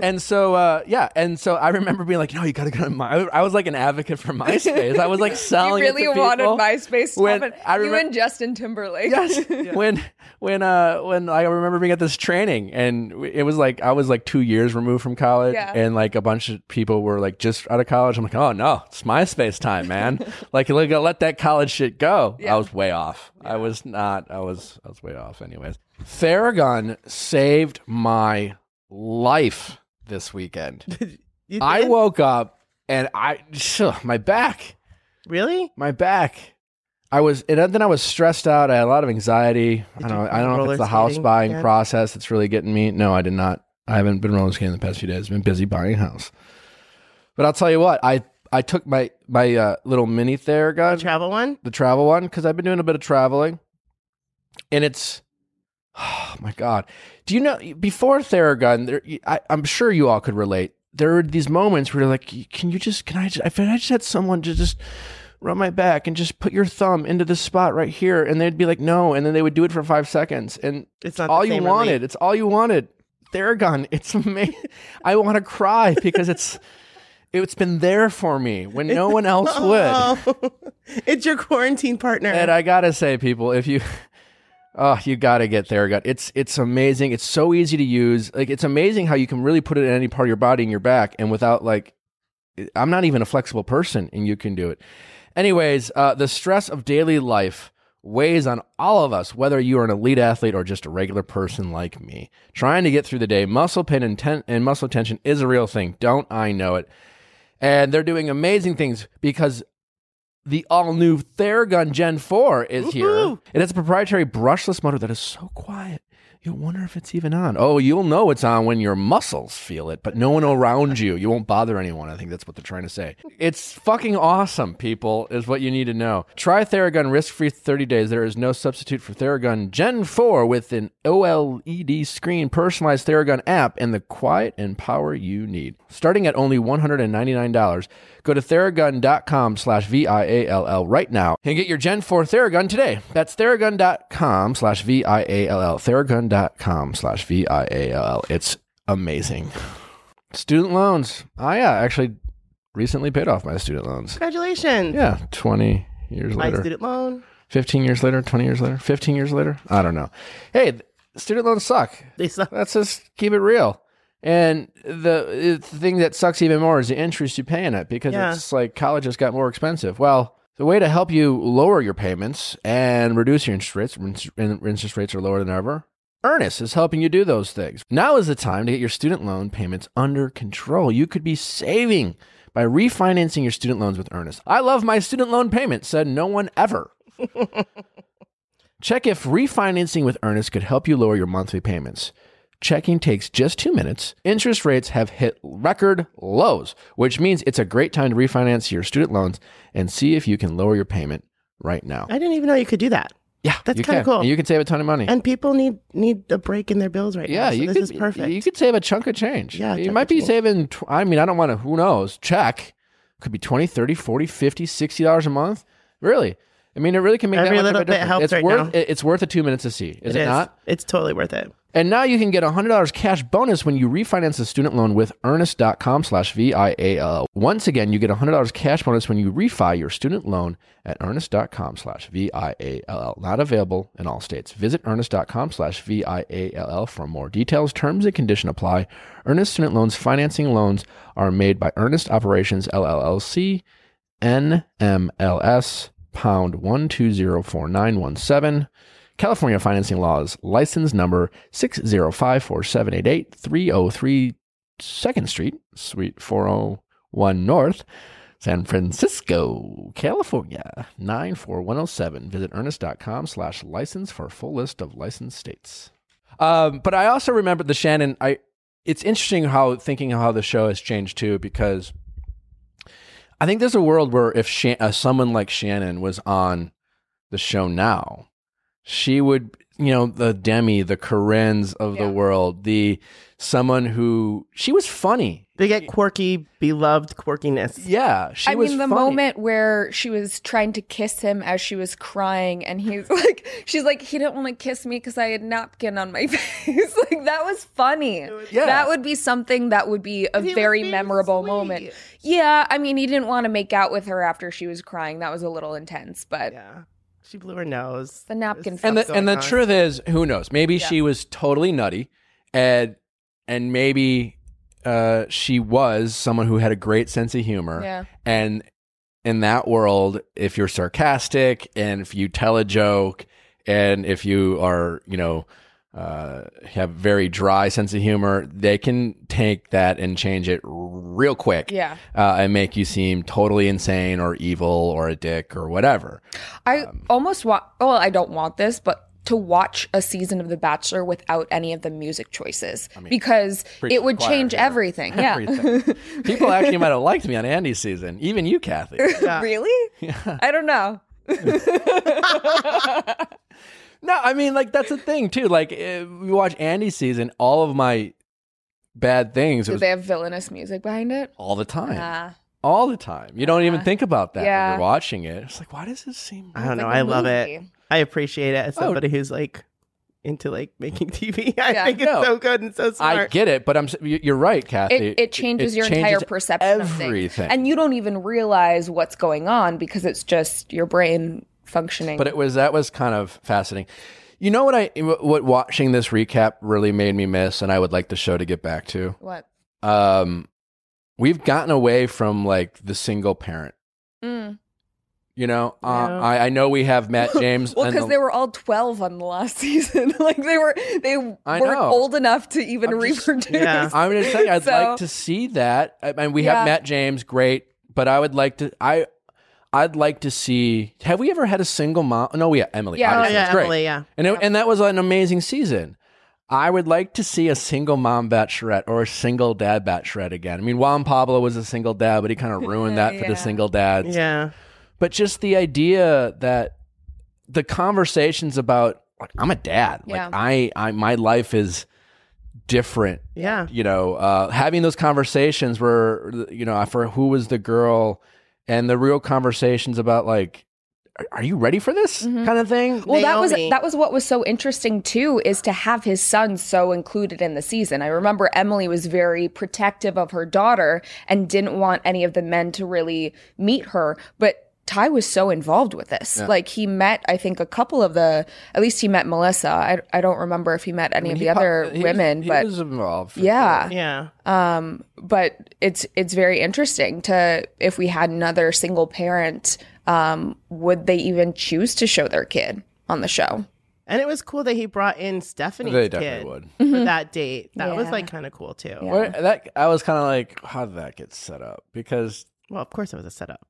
[SPEAKER 2] and so uh, yeah, and so I remember being like, no, you gotta go to my. I was like an advocate for MySpace. I was like
[SPEAKER 1] you
[SPEAKER 2] selling.
[SPEAKER 1] really
[SPEAKER 2] it to
[SPEAKER 1] wanted
[SPEAKER 2] people.
[SPEAKER 1] MySpace to
[SPEAKER 2] when
[SPEAKER 1] happen.
[SPEAKER 2] I
[SPEAKER 1] you
[SPEAKER 2] remem-
[SPEAKER 1] and Justin Timberlake.
[SPEAKER 2] Yes. When when uh when I remember being at this training and w- it was like I was like 2 years removed from college
[SPEAKER 1] Yeah.
[SPEAKER 2] and like a bunch of people were like just out of college. I'm like, "Oh no, it's MySpace time, man." like you got let that college shit go. I
[SPEAKER 1] Yeah.
[SPEAKER 2] was way off. I was not I was I was way off anyways. Theragun saved my life this weekend.
[SPEAKER 3] You
[SPEAKER 2] I
[SPEAKER 3] did?
[SPEAKER 2] woke up and I my back
[SPEAKER 3] really.
[SPEAKER 2] my back. I was, and then I was stressed out. I had a lot of anxiety. I
[SPEAKER 3] Did
[SPEAKER 2] don't,
[SPEAKER 3] you
[SPEAKER 2] know, I don't know if
[SPEAKER 3] roller
[SPEAKER 2] it's the house
[SPEAKER 3] skating
[SPEAKER 2] buying
[SPEAKER 3] yet?
[SPEAKER 2] process that's really getting me. No, I did not. I haven't been roller skating the past few days. I've been busy buying a house. But I'll tell you what, I I took my my uh, little mini
[SPEAKER 3] The
[SPEAKER 2] Theragun,
[SPEAKER 3] travel one.
[SPEAKER 2] the travel one, because I've been doing a bit of traveling, and it's. Oh my God! Do you know before Theragun? There, I, I'm sure you all could relate. There were these moments where you're like, "Can you just? Can I? Just, I feel- I just had someone to just rub my back and just put your thumb into this spot right here," and they'd be like, "No," and then they would do it for five seconds, and
[SPEAKER 3] It's not
[SPEAKER 2] all
[SPEAKER 3] the
[SPEAKER 2] you
[SPEAKER 3] same
[SPEAKER 2] wanted.
[SPEAKER 3] relief.
[SPEAKER 2] It's all you wanted. Theragun. It's amazing. I want to cry because it's it's been there for me when no one else would.
[SPEAKER 3] Oh. it's your quarantine partner.
[SPEAKER 2] And I gotta say, people, if you, oh, you gotta get Theragun. It's it's amazing. It's so easy to use. Like it's amazing how you can really put it in any part of your body in your back, and without like, I'm not even a flexible person, and you can do it. Anyways, uh, the stress of daily life weighs on all of us, whether you are an elite athlete or just a regular person like me. Trying to get through the day, muscle pain and, ten- and muscle tension is a real thing. Don't I know it? And they're doing amazing things because the all new Theragun Gen 4 is here.
[SPEAKER 3] Woohoo!
[SPEAKER 2] It has a proprietary brushless motor that is so quiet. You'll wonder if it's even on. Oh, you'll know it's on when your muscles feel it, but no one around you. You won't bother anyone. I think that's what they're trying to say. It's fucking awesome, people, is what you need to know. Try Theragun risk free 30 days. There is no substitute for Theragun Gen 4 with an OLED E screen, personalized Theragun app, and the quiet and power you need. Starting at only $199, go to theragun.com slash V-I-A-L-L right now and get your Gen 4 Theragun today. That's theragun.com slash V-I-A-L-L. Theragun.com slash V-I-A-L-L. It's amazing. Student loans. I uh, actually recently paid off my student loans.
[SPEAKER 3] Congratulations.
[SPEAKER 2] Yeah, 20 years
[SPEAKER 3] My
[SPEAKER 2] later.
[SPEAKER 3] student loan.
[SPEAKER 2] 15 years later, 20 years later, 15 years later. I don't know. Hey, th- student loans suck.
[SPEAKER 3] They suck.
[SPEAKER 2] Let's just keep it real. And the, the thing that sucks even more is the interest you pay in it because
[SPEAKER 3] Yeah.
[SPEAKER 2] it's like college has got more expensive. Well, the way to help you lower your payments and reduce your interest rates, when when interest rates are lower than ever, Earnest is helping you do those things. Now is the time to get your student loan payments under control. You could be saving by refinancing your student loans with Earnest. I love my student loan payment, said no one ever. Check if refinancing with Earnest could help you lower your monthly payments. Checking takes just two minutes. Interest rates have hit record lows, which means it's a great time to refinance your student loans and see if you can lower your payment right now.
[SPEAKER 3] I didn't even know you could do that.
[SPEAKER 2] Yeah,
[SPEAKER 3] That's
[SPEAKER 2] you
[SPEAKER 3] kinda
[SPEAKER 2] can.
[SPEAKER 3] cool.
[SPEAKER 2] And you can save a ton of money.
[SPEAKER 3] And people need need a break in their bills right now.
[SPEAKER 2] yeah,
[SPEAKER 3] so
[SPEAKER 2] you
[SPEAKER 3] this
[SPEAKER 2] could,
[SPEAKER 3] is perfect.
[SPEAKER 2] You could save a chunk of change.
[SPEAKER 3] Yeah, a
[SPEAKER 2] you
[SPEAKER 3] chunk
[SPEAKER 2] might
[SPEAKER 3] of
[SPEAKER 2] be
[SPEAKER 3] change.
[SPEAKER 2] saving, tw- I mean, I don't want to, who knows, check. Could be 20, 30, 40, 50, 60 dollars a month. Really? I mean, it really can make
[SPEAKER 3] Every
[SPEAKER 2] that much of
[SPEAKER 3] little
[SPEAKER 2] a
[SPEAKER 3] bit
[SPEAKER 2] difference.
[SPEAKER 3] helps
[SPEAKER 2] it's
[SPEAKER 3] right
[SPEAKER 2] worth,
[SPEAKER 3] now.
[SPEAKER 2] it- It's worth the two minutes to see. Is it,
[SPEAKER 3] is.
[SPEAKER 2] not?
[SPEAKER 3] It's totally worth it.
[SPEAKER 2] And now you can get a $100 cash bonus when you refinance a student loan with earnest.com slash VIAL. Once again, you get a $100 cash bonus when you refi your student loan at earnest.com slash VIAL. Not available in all states. Visit earnest.com slash VIAL for more details. Terms and condition apply. Earnest student loans financing loans are made by Earnest Operations LLC, NMLS, pound 1204917. California financing laws, license number 6054788, 303 2nd oh Street, Suite 401 North, San Francisco, California, 94107. Visit earnest.com slash license for a full list of licensed states. Um, but I also remember the Shannon, I, it's interesting how thinking of how the show has changed too, because I think there's a world where if Shan- uh, someone like Shannon was on the show now, she would you know the demi the corinnes of
[SPEAKER 1] Yeah.
[SPEAKER 2] the world the someone who she was funny
[SPEAKER 3] They get quirky, beloved quirkiness.
[SPEAKER 2] yeah she
[SPEAKER 1] I
[SPEAKER 2] was
[SPEAKER 1] mean, the
[SPEAKER 2] funny.
[SPEAKER 1] moment where she was trying to kiss him as she was crying, and he's like, she's like, he didn't want to kiss me because I had napkin on my face. like that was funny.
[SPEAKER 2] Yeah.
[SPEAKER 1] That would be something that would be a
[SPEAKER 3] He was
[SPEAKER 1] very
[SPEAKER 3] being
[SPEAKER 1] memorable
[SPEAKER 3] sweet.
[SPEAKER 1] moment. Yeah, I mean, he didn't want to make out with her after she was crying. That was a little intense, but
[SPEAKER 3] Yeah. She blew her nose.
[SPEAKER 1] the napkin.
[SPEAKER 3] It's-
[SPEAKER 1] And
[SPEAKER 2] and the
[SPEAKER 3] Stuff's
[SPEAKER 2] and the
[SPEAKER 3] going on.
[SPEAKER 2] truth is who knows maybe
[SPEAKER 1] Yeah.
[SPEAKER 2] she was totally nutty and and maybe uh she was someone who had a great sense of humor
[SPEAKER 1] Yeah.
[SPEAKER 2] and in that world if you're sarcastic and if you tell a joke and if you are you know uh, have very dry sense of humor they can take that and change it real quick
[SPEAKER 1] yeah,
[SPEAKER 2] uh, and make you seem totally insane or evil or a dick or whatever
[SPEAKER 1] I almost want. Well, I don't want this, but to watch a season of The Bachelor without any of the music choices because
[SPEAKER 2] preach
[SPEAKER 1] it
[SPEAKER 2] the
[SPEAKER 1] would
[SPEAKER 2] choir
[SPEAKER 1] change
[SPEAKER 2] here.
[SPEAKER 1] everything. Yeah.
[SPEAKER 2] Everything. people actually might have liked me on andy's season even you kathy
[SPEAKER 1] really? I don't know.
[SPEAKER 2] No, I mean, like that's the thing too. Like eh, we watch Andy's season, all of my bad things it
[SPEAKER 1] Did
[SPEAKER 2] was
[SPEAKER 1] they have villainous music behind it?
[SPEAKER 2] all the time,
[SPEAKER 1] Ah.
[SPEAKER 2] all the time. You don't even think about that when
[SPEAKER 1] Yeah.
[SPEAKER 2] you're watching it. It's like, why does this seem?
[SPEAKER 3] I don't know.
[SPEAKER 1] like a
[SPEAKER 3] I love it.
[SPEAKER 1] movie.
[SPEAKER 3] I appreciate it as
[SPEAKER 2] Oh.
[SPEAKER 3] somebody who's like into like making TV. I
[SPEAKER 1] Yeah.
[SPEAKER 3] think it's
[SPEAKER 2] No.
[SPEAKER 3] so good and so smart.
[SPEAKER 2] I get it, but I'm. s- you- You're right, Kathy.
[SPEAKER 1] It, it changes your entire perception of
[SPEAKER 2] everything.
[SPEAKER 1] things. And you don't even realize what's going on because it's just your brain functioning.
[SPEAKER 2] But it was that was kind of fascinating. You know what I what watching this recap really made me miss, and I would like the show to get back to.
[SPEAKER 1] what?
[SPEAKER 2] Um, we've gotten away from like the single parent.
[SPEAKER 1] Mm.
[SPEAKER 2] You know, uh,
[SPEAKER 3] Yeah.
[SPEAKER 2] I, I know we have Matt James.
[SPEAKER 1] Well,
[SPEAKER 2] and
[SPEAKER 1] because
[SPEAKER 2] the-
[SPEAKER 1] they were all twelve on the last season. like they were, they weren't
[SPEAKER 2] I know.
[SPEAKER 1] old enough to even
[SPEAKER 2] I'm just-
[SPEAKER 1] reproduce.
[SPEAKER 3] yeah.
[SPEAKER 2] I'm going to tell you, I'd
[SPEAKER 1] So-
[SPEAKER 2] like to see that. I mean, we
[SPEAKER 1] Yeah.
[SPEAKER 2] have Matt James, great, but I would like to. I I'd like to see. Have we ever had a single mom? No, we yeah, Emily.
[SPEAKER 1] Yeah. Oh,
[SPEAKER 3] Oh
[SPEAKER 2] obviously,
[SPEAKER 3] yeah,
[SPEAKER 2] it's great.
[SPEAKER 3] Emily. Yeah.
[SPEAKER 2] And it- and that was an amazing season. I would like to see a single mom bachelorette or a single dad bachelorette again. I mean, Juan Pablo was a single dad, but he kind of ruined that for
[SPEAKER 1] Yeah.
[SPEAKER 2] the single dads.
[SPEAKER 3] Yeah.
[SPEAKER 2] But just the idea that the conversations about like I'm a dad,
[SPEAKER 1] Yeah.
[SPEAKER 2] like I, I my life is different
[SPEAKER 3] Yeah.
[SPEAKER 2] you know, uh, having those conversations where, you know, I for who was the girl and the real conversations about like, are- are you ready for this
[SPEAKER 1] Mhm.
[SPEAKER 2] kind of thing?
[SPEAKER 1] Well, that was
[SPEAKER 3] Naomi.
[SPEAKER 1] that was what was so interesting too is to have his son so included in the season. I remember Emily was very protective of her daughter and didn't want any of the men to really meet her, but Ty was so involved with this. Like he met, I think, a couple of the. At least he met Melissa. I, I don't remember if he met any of the
[SPEAKER 2] He po-
[SPEAKER 1] other
[SPEAKER 2] he was-
[SPEAKER 1] women,
[SPEAKER 2] he
[SPEAKER 1] but
[SPEAKER 2] was involved. for
[SPEAKER 1] yeah,
[SPEAKER 3] Yeah.
[SPEAKER 1] um, but it's it's very interesting to if we had another single parent, um, would they even choose to show their kid on the show?
[SPEAKER 3] And it was cool that he brought in Stephanie's
[SPEAKER 2] They definitely
[SPEAKER 3] kid
[SPEAKER 2] would.
[SPEAKER 3] for that date. That was
[SPEAKER 1] Mm-hmm. Yeah.
[SPEAKER 3] like kind of cool too.
[SPEAKER 1] Yeah.
[SPEAKER 2] Where, that I was kind of like, how did that get set up? Because
[SPEAKER 3] Well, of course it was a setup.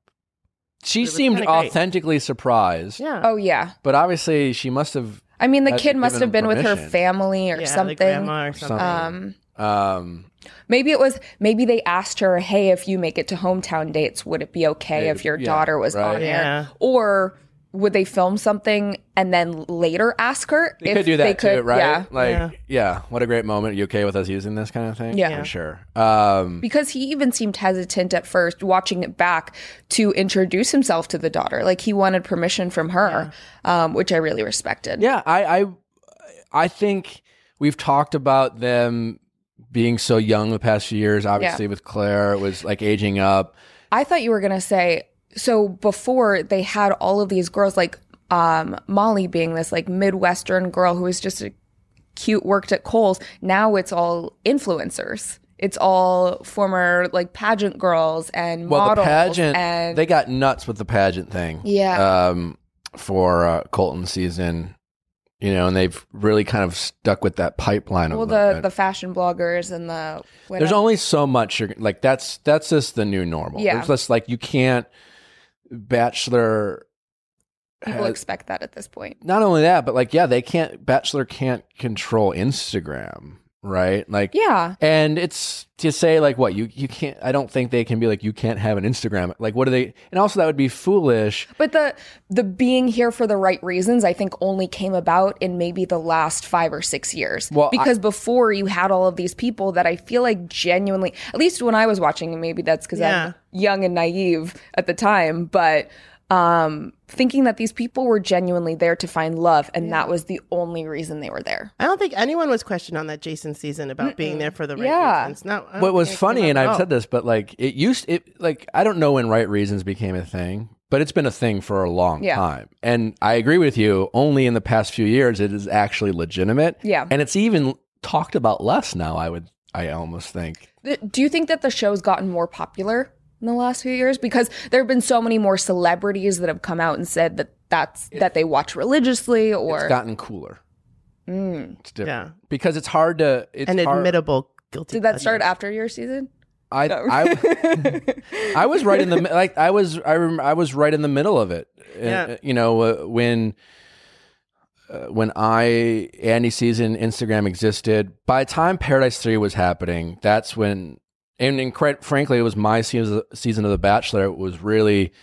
[SPEAKER 2] she
[SPEAKER 3] was
[SPEAKER 2] seemed
[SPEAKER 3] kinda great.
[SPEAKER 2] authentically surprised,
[SPEAKER 3] Yeah.
[SPEAKER 1] Oh yeah,
[SPEAKER 2] but obviously she must have.
[SPEAKER 1] I mean the
[SPEAKER 2] Had
[SPEAKER 1] kid must
[SPEAKER 2] given
[SPEAKER 1] have been with her
[SPEAKER 2] permission.
[SPEAKER 1] family
[SPEAKER 3] yeah,
[SPEAKER 1] or
[SPEAKER 3] the
[SPEAKER 1] something.
[SPEAKER 3] grandma or something.
[SPEAKER 1] um,
[SPEAKER 2] Um,
[SPEAKER 1] maybe it was maybe they asked her, "Hey, if you make it to hometown dates, would it be okay
[SPEAKER 2] Yeah,
[SPEAKER 1] if your
[SPEAKER 2] yeah,
[SPEAKER 1] daughter was
[SPEAKER 2] right.
[SPEAKER 1] on
[SPEAKER 3] Yeah.
[SPEAKER 1] there?" Or would they film something and then later ask her
[SPEAKER 2] they could do that too, right?
[SPEAKER 1] Yeah.
[SPEAKER 2] Like,
[SPEAKER 3] Yeah.
[SPEAKER 2] yeah. what a great moment. you okay with us using this kind of thing?
[SPEAKER 1] Yeah.
[SPEAKER 2] for sure. Um,
[SPEAKER 1] because he even seemed hesitant at first watching it back to introduce himself to the daughter like he wanted permission from her um, which i really respected
[SPEAKER 2] Yeah, I, I I think we've talked about them being so young the past few years. Obviously, with Claire, it was like aging up.
[SPEAKER 1] i thought you were going to say so before they had all of these girls like um, molly being this like midwestern girl who was just a cute worked at Kohl's. Now it's all influencers. It's all former like pageant girls and
[SPEAKER 2] Well,
[SPEAKER 1] models
[SPEAKER 2] the pageant
[SPEAKER 1] and
[SPEAKER 2] they got nuts with the pageant thing.
[SPEAKER 1] Yeah.
[SPEAKER 2] Um, for uh, Colton season, you know, and they've really kind of stuck with that pipeline. a
[SPEAKER 1] well
[SPEAKER 2] little
[SPEAKER 1] the,
[SPEAKER 2] bit.
[SPEAKER 1] the fashion bloggers and the
[SPEAKER 2] There's
[SPEAKER 1] whatever.
[SPEAKER 2] only so much you're like that's that's just the new normal.
[SPEAKER 1] Yeah.
[SPEAKER 2] There's just like you can't bachelor
[SPEAKER 1] people
[SPEAKER 2] has-
[SPEAKER 1] expect that at this point.
[SPEAKER 2] not only that, but like, yeah, they can't. Bachelor can't control Instagram, right? Like,
[SPEAKER 1] Yeah.
[SPEAKER 2] and it's to say like, what you you can't. I don't think they can be like, you can't have an Instagram. Like, what do they? And also, that would be foolish.
[SPEAKER 1] But the the being here for the right reasons, I think, only came about in maybe the last five or six years.
[SPEAKER 2] Well, I-
[SPEAKER 1] because before you had all of these people that I feel like genuinely, at least when I was watching, and maybe that's because
[SPEAKER 3] Yeah.
[SPEAKER 1] I'm young and naive at the time, but um, thinking that these people were genuinely there to find love, and that was the only reason they were there.
[SPEAKER 3] I don't think anyone was questioned on that Jason season about being there for the right
[SPEAKER 1] Oh, Yeah.
[SPEAKER 3] reasons. No, I don't
[SPEAKER 2] What was
[SPEAKER 3] think it came up
[SPEAKER 2] funny, and
[SPEAKER 3] at
[SPEAKER 2] I've
[SPEAKER 3] all.
[SPEAKER 2] said this, but like, it used it like I don't know when right reasons became a thing, but it's been a thing for a long
[SPEAKER 1] Yeah.
[SPEAKER 2] time. And I agree with you. Only in the past few years it is actually legitimate.
[SPEAKER 1] Yeah.
[SPEAKER 2] and it's even talked about less now. I would. I almost think.
[SPEAKER 1] Th- Do you think that the show's gotten more popular in the last few years? Because there have been so many more celebrities that have come out and said that that's that they watch religiously or Mm.
[SPEAKER 2] it's gotten cooler. It's different.
[SPEAKER 3] Oh, Yeah.
[SPEAKER 2] Because it's hard to it's
[SPEAKER 3] An
[SPEAKER 2] hard-
[SPEAKER 3] admittable guilty.
[SPEAKER 1] Did that
[SPEAKER 3] pleasure.
[SPEAKER 1] start after your season? Oh.
[SPEAKER 2] I, I I was right in the mi- like I was I rem- I was right in the middle of it. Uh,
[SPEAKER 3] Yeah.
[SPEAKER 2] you know uh, when uh, when I Andy season Instagram existed. By the time Paradise Three was happening, that's when and, and quite frankly, it was my season season of The Bachelor. It was really.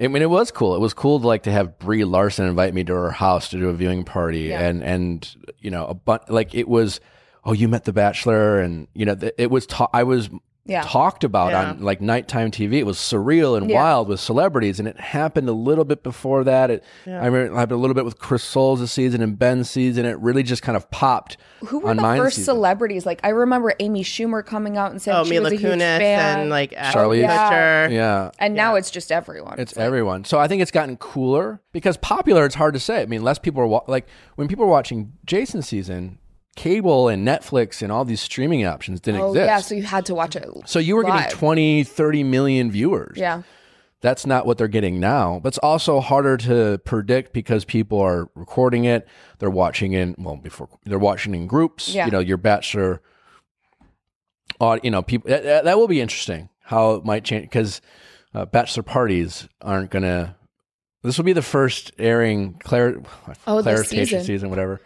[SPEAKER 2] I mean, it was cool. It was cool to like to have Brie Larson invite me to her house to do a viewing party,
[SPEAKER 1] Yeah.
[SPEAKER 2] and and you know, a bunch like it was. Oh, you met the Bachelor, and you know, th- it was. Ta- I was
[SPEAKER 1] Yeah.
[SPEAKER 2] talked about
[SPEAKER 3] Yeah.
[SPEAKER 2] on like nighttime TV. It was surreal and
[SPEAKER 1] Yeah.
[SPEAKER 2] wild with celebrities, and it happened a little bit before that. It, I remember it happened a little bit with Chris Soules this season and Ben's season. It really just kind of popped.
[SPEAKER 1] Who were
[SPEAKER 2] on
[SPEAKER 1] the
[SPEAKER 2] my
[SPEAKER 1] first
[SPEAKER 2] season.
[SPEAKER 1] celebrities? Like I remember Amy Schumer coming out and saying
[SPEAKER 3] Oh,
[SPEAKER 1] she
[SPEAKER 3] Mila
[SPEAKER 1] was a huge
[SPEAKER 3] Kunis
[SPEAKER 1] fan,
[SPEAKER 3] and like Ashley
[SPEAKER 2] Charlize-
[SPEAKER 3] Kutcher.
[SPEAKER 2] Yeah,
[SPEAKER 1] and now it's just everyone.
[SPEAKER 2] It's everyone. So I think it's gotten cooler because popular. It's hard to say. I mean, less people are wa- like when people are watching Jason season. Cable and Netflix and all these streaming options didn't
[SPEAKER 1] oh
[SPEAKER 2] exist.
[SPEAKER 1] yeah, so you had to watch it.
[SPEAKER 2] so you were
[SPEAKER 1] live.
[SPEAKER 2] getting 20, 30 million viewers.
[SPEAKER 1] yeah,
[SPEAKER 2] that's not what they're getting now. But it's also harder to predict because people are recording it. They're watching in well before they're watching in groups.
[SPEAKER 1] Yeah.
[SPEAKER 2] You know, your bachelor. Uh, you know, people that, that, that will be interesting how it might change because uh, bachelor parties aren't gonna. This will be the first airing Claire
[SPEAKER 1] Oh, this
[SPEAKER 2] clarification
[SPEAKER 1] season.
[SPEAKER 2] season, whatever.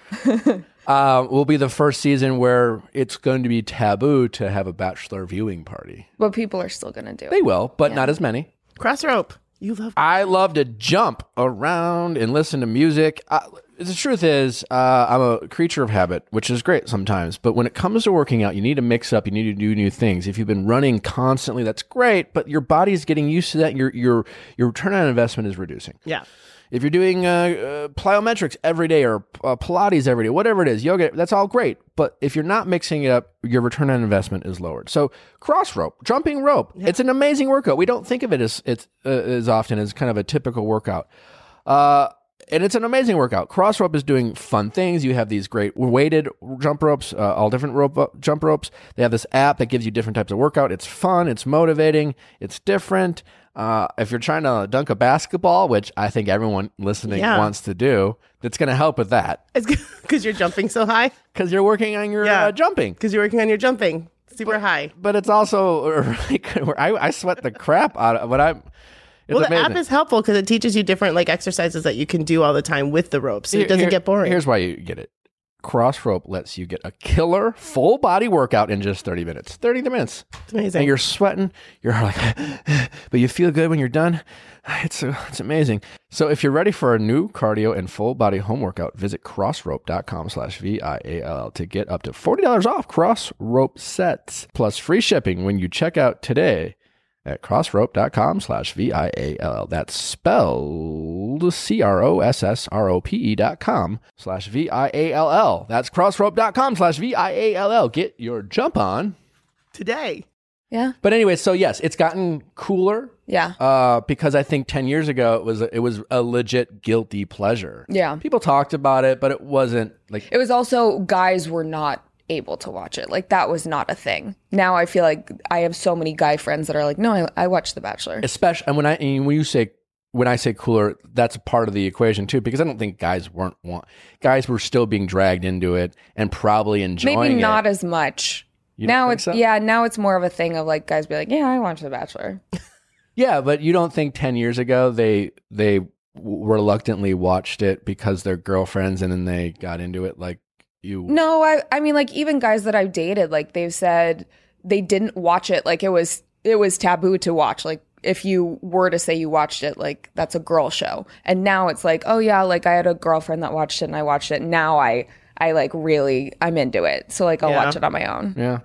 [SPEAKER 2] uh, will be the first season where it's going to be taboo to have a bachelor viewing party.
[SPEAKER 1] but people are still gonna do it.
[SPEAKER 2] They will, but not as many.
[SPEAKER 3] Cross rope. You love
[SPEAKER 2] I love to jump around and listen to music. I, the truth is, uh, I'm a creature of habit, which is great sometimes. But when it comes to working out, you need to mix up. You need to do new things. If you've been running constantly, that's great, but your body's getting used to that. And your your your return on investment is reducing.
[SPEAKER 3] Yeah.
[SPEAKER 2] If you're doing uh, uh, plyometrics every day or uh, Pilates every day, whatever it is, yoga, that's all great. But if you're not mixing it up, your return on investment is lowered. So cross rope, jumping rope, it's an amazing workout. We don't think of it as it's uh, as often as kind of a typical workout. Uh, and it's an amazing workout. Cross rope is doing fun things. You have these great weighted jump ropes, uh, all different rope jump ropes. They have this app that gives you different types of workout. It's fun. It's motivating. It's different. Uh, if you're trying to dunk a basketball, which I think everyone listening
[SPEAKER 3] Yeah.
[SPEAKER 2] wants to do, that's going to help with that
[SPEAKER 3] It's because you're jumping so high.
[SPEAKER 2] because you're working on your
[SPEAKER 3] Yeah.
[SPEAKER 2] uh, jumping.
[SPEAKER 3] Because you're working on your jumping super high.
[SPEAKER 2] But it's also a really good. I, I sweat the crap out of what I'm. It's
[SPEAKER 3] Well, the
[SPEAKER 2] amazing.
[SPEAKER 3] app is helpful because it teaches you different like exercises that you can do all the time with the rope, so it
[SPEAKER 2] Here-
[SPEAKER 3] doesn't
[SPEAKER 2] here-
[SPEAKER 3] get boring.
[SPEAKER 2] Here's why you get it. Cross rope lets you get a killer full body workout in just 30 minutes. 30 minutes.
[SPEAKER 3] It's amazing.
[SPEAKER 2] And you're sweating. You're like, but you feel good when you're done. It's, uh, it's amazing. So if you're ready for a new cardio and full body home workout, visit crossrope.com slash V-I-A-L to get up to $40 off cross rope sets plus free shipping when you check out today at crossrope.com slash V-I-A-L. That's spelled C-R-O-S-S-R-O-P-E E dot com slash V-I-A-L-L. That's crossrope.com slash V-I-A-L-L. Get your jump on.
[SPEAKER 3] Today,
[SPEAKER 1] Yeah.
[SPEAKER 2] But anyway, so yes, it's gotten cooler
[SPEAKER 1] Yeah.
[SPEAKER 2] uh, because I think ten years ago it was it was a legit guilty pleasure.
[SPEAKER 1] Yeah.
[SPEAKER 2] people talked about it, but it wasn't like
[SPEAKER 1] It was also guys were not able to watch it. Like that was not a thing. Now I feel like I have so many guy friends that are like, no, I, I watch The Bachelor.
[SPEAKER 2] especially and when I and when you say when I say cooler, that's a part of the equation too because I don't think guys weren't want guys were still being dragged into it and probably enjoying
[SPEAKER 1] Maybe not
[SPEAKER 2] it.
[SPEAKER 1] as much.
[SPEAKER 2] You don't
[SPEAKER 1] now
[SPEAKER 2] think
[SPEAKER 1] it's
[SPEAKER 2] so?
[SPEAKER 1] yeah. Now it's more of a thing of like guys be like, yeah, I watch The Bachelor.
[SPEAKER 2] yeah, but you don't think ten years ago they they w- reluctantly watched it because they're girlfriends and then they got into it like you
[SPEAKER 1] No, I I mean like even guys that I've dated, like they've said they didn't watch it. Like it was it was taboo to watch. Like if you were to say you watched it, like that's a girl show. And now it's like, oh yeah, like I had a girlfriend that watched it and I watched it. Now I I like really I'm into it. So like I'll
[SPEAKER 3] Yeah.
[SPEAKER 1] watch it on my own.
[SPEAKER 2] yeah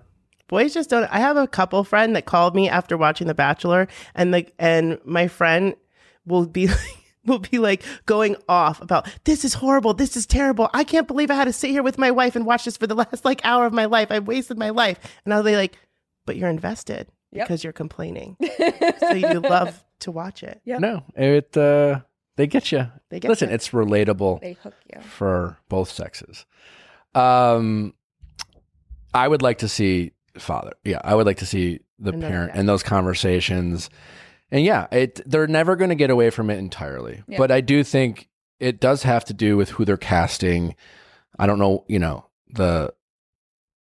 [SPEAKER 3] boys just don't. I have a couple friend that called me after watching The Bachelor, and like, and my friend will be. Will be like going off about this is horrible, this is terrible. I can't believe I had to sit here with my wife and watch this for the last like hour of my life. I wasted my life. And I'll be like, but you're invested
[SPEAKER 1] Yep.
[SPEAKER 3] because you're complaining. so you love to watch it.
[SPEAKER 1] Yep.
[SPEAKER 2] No, it uh, they get you.
[SPEAKER 3] They get
[SPEAKER 2] Listen,
[SPEAKER 3] ya.
[SPEAKER 2] it's relatable
[SPEAKER 1] They hook you.
[SPEAKER 2] for both sexes. Um, I would like to see father. Yeah, I would like to see the
[SPEAKER 3] Another
[SPEAKER 2] parent
[SPEAKER 3] guy.
[SPEAKER 2] and those conversations. And yeah, it they're never going to get away from it entirely.
[SPEAKER 1] Yeah.
[SPEAKER 2] But I do think it does have to do with who they're casting. I don't know, you know, the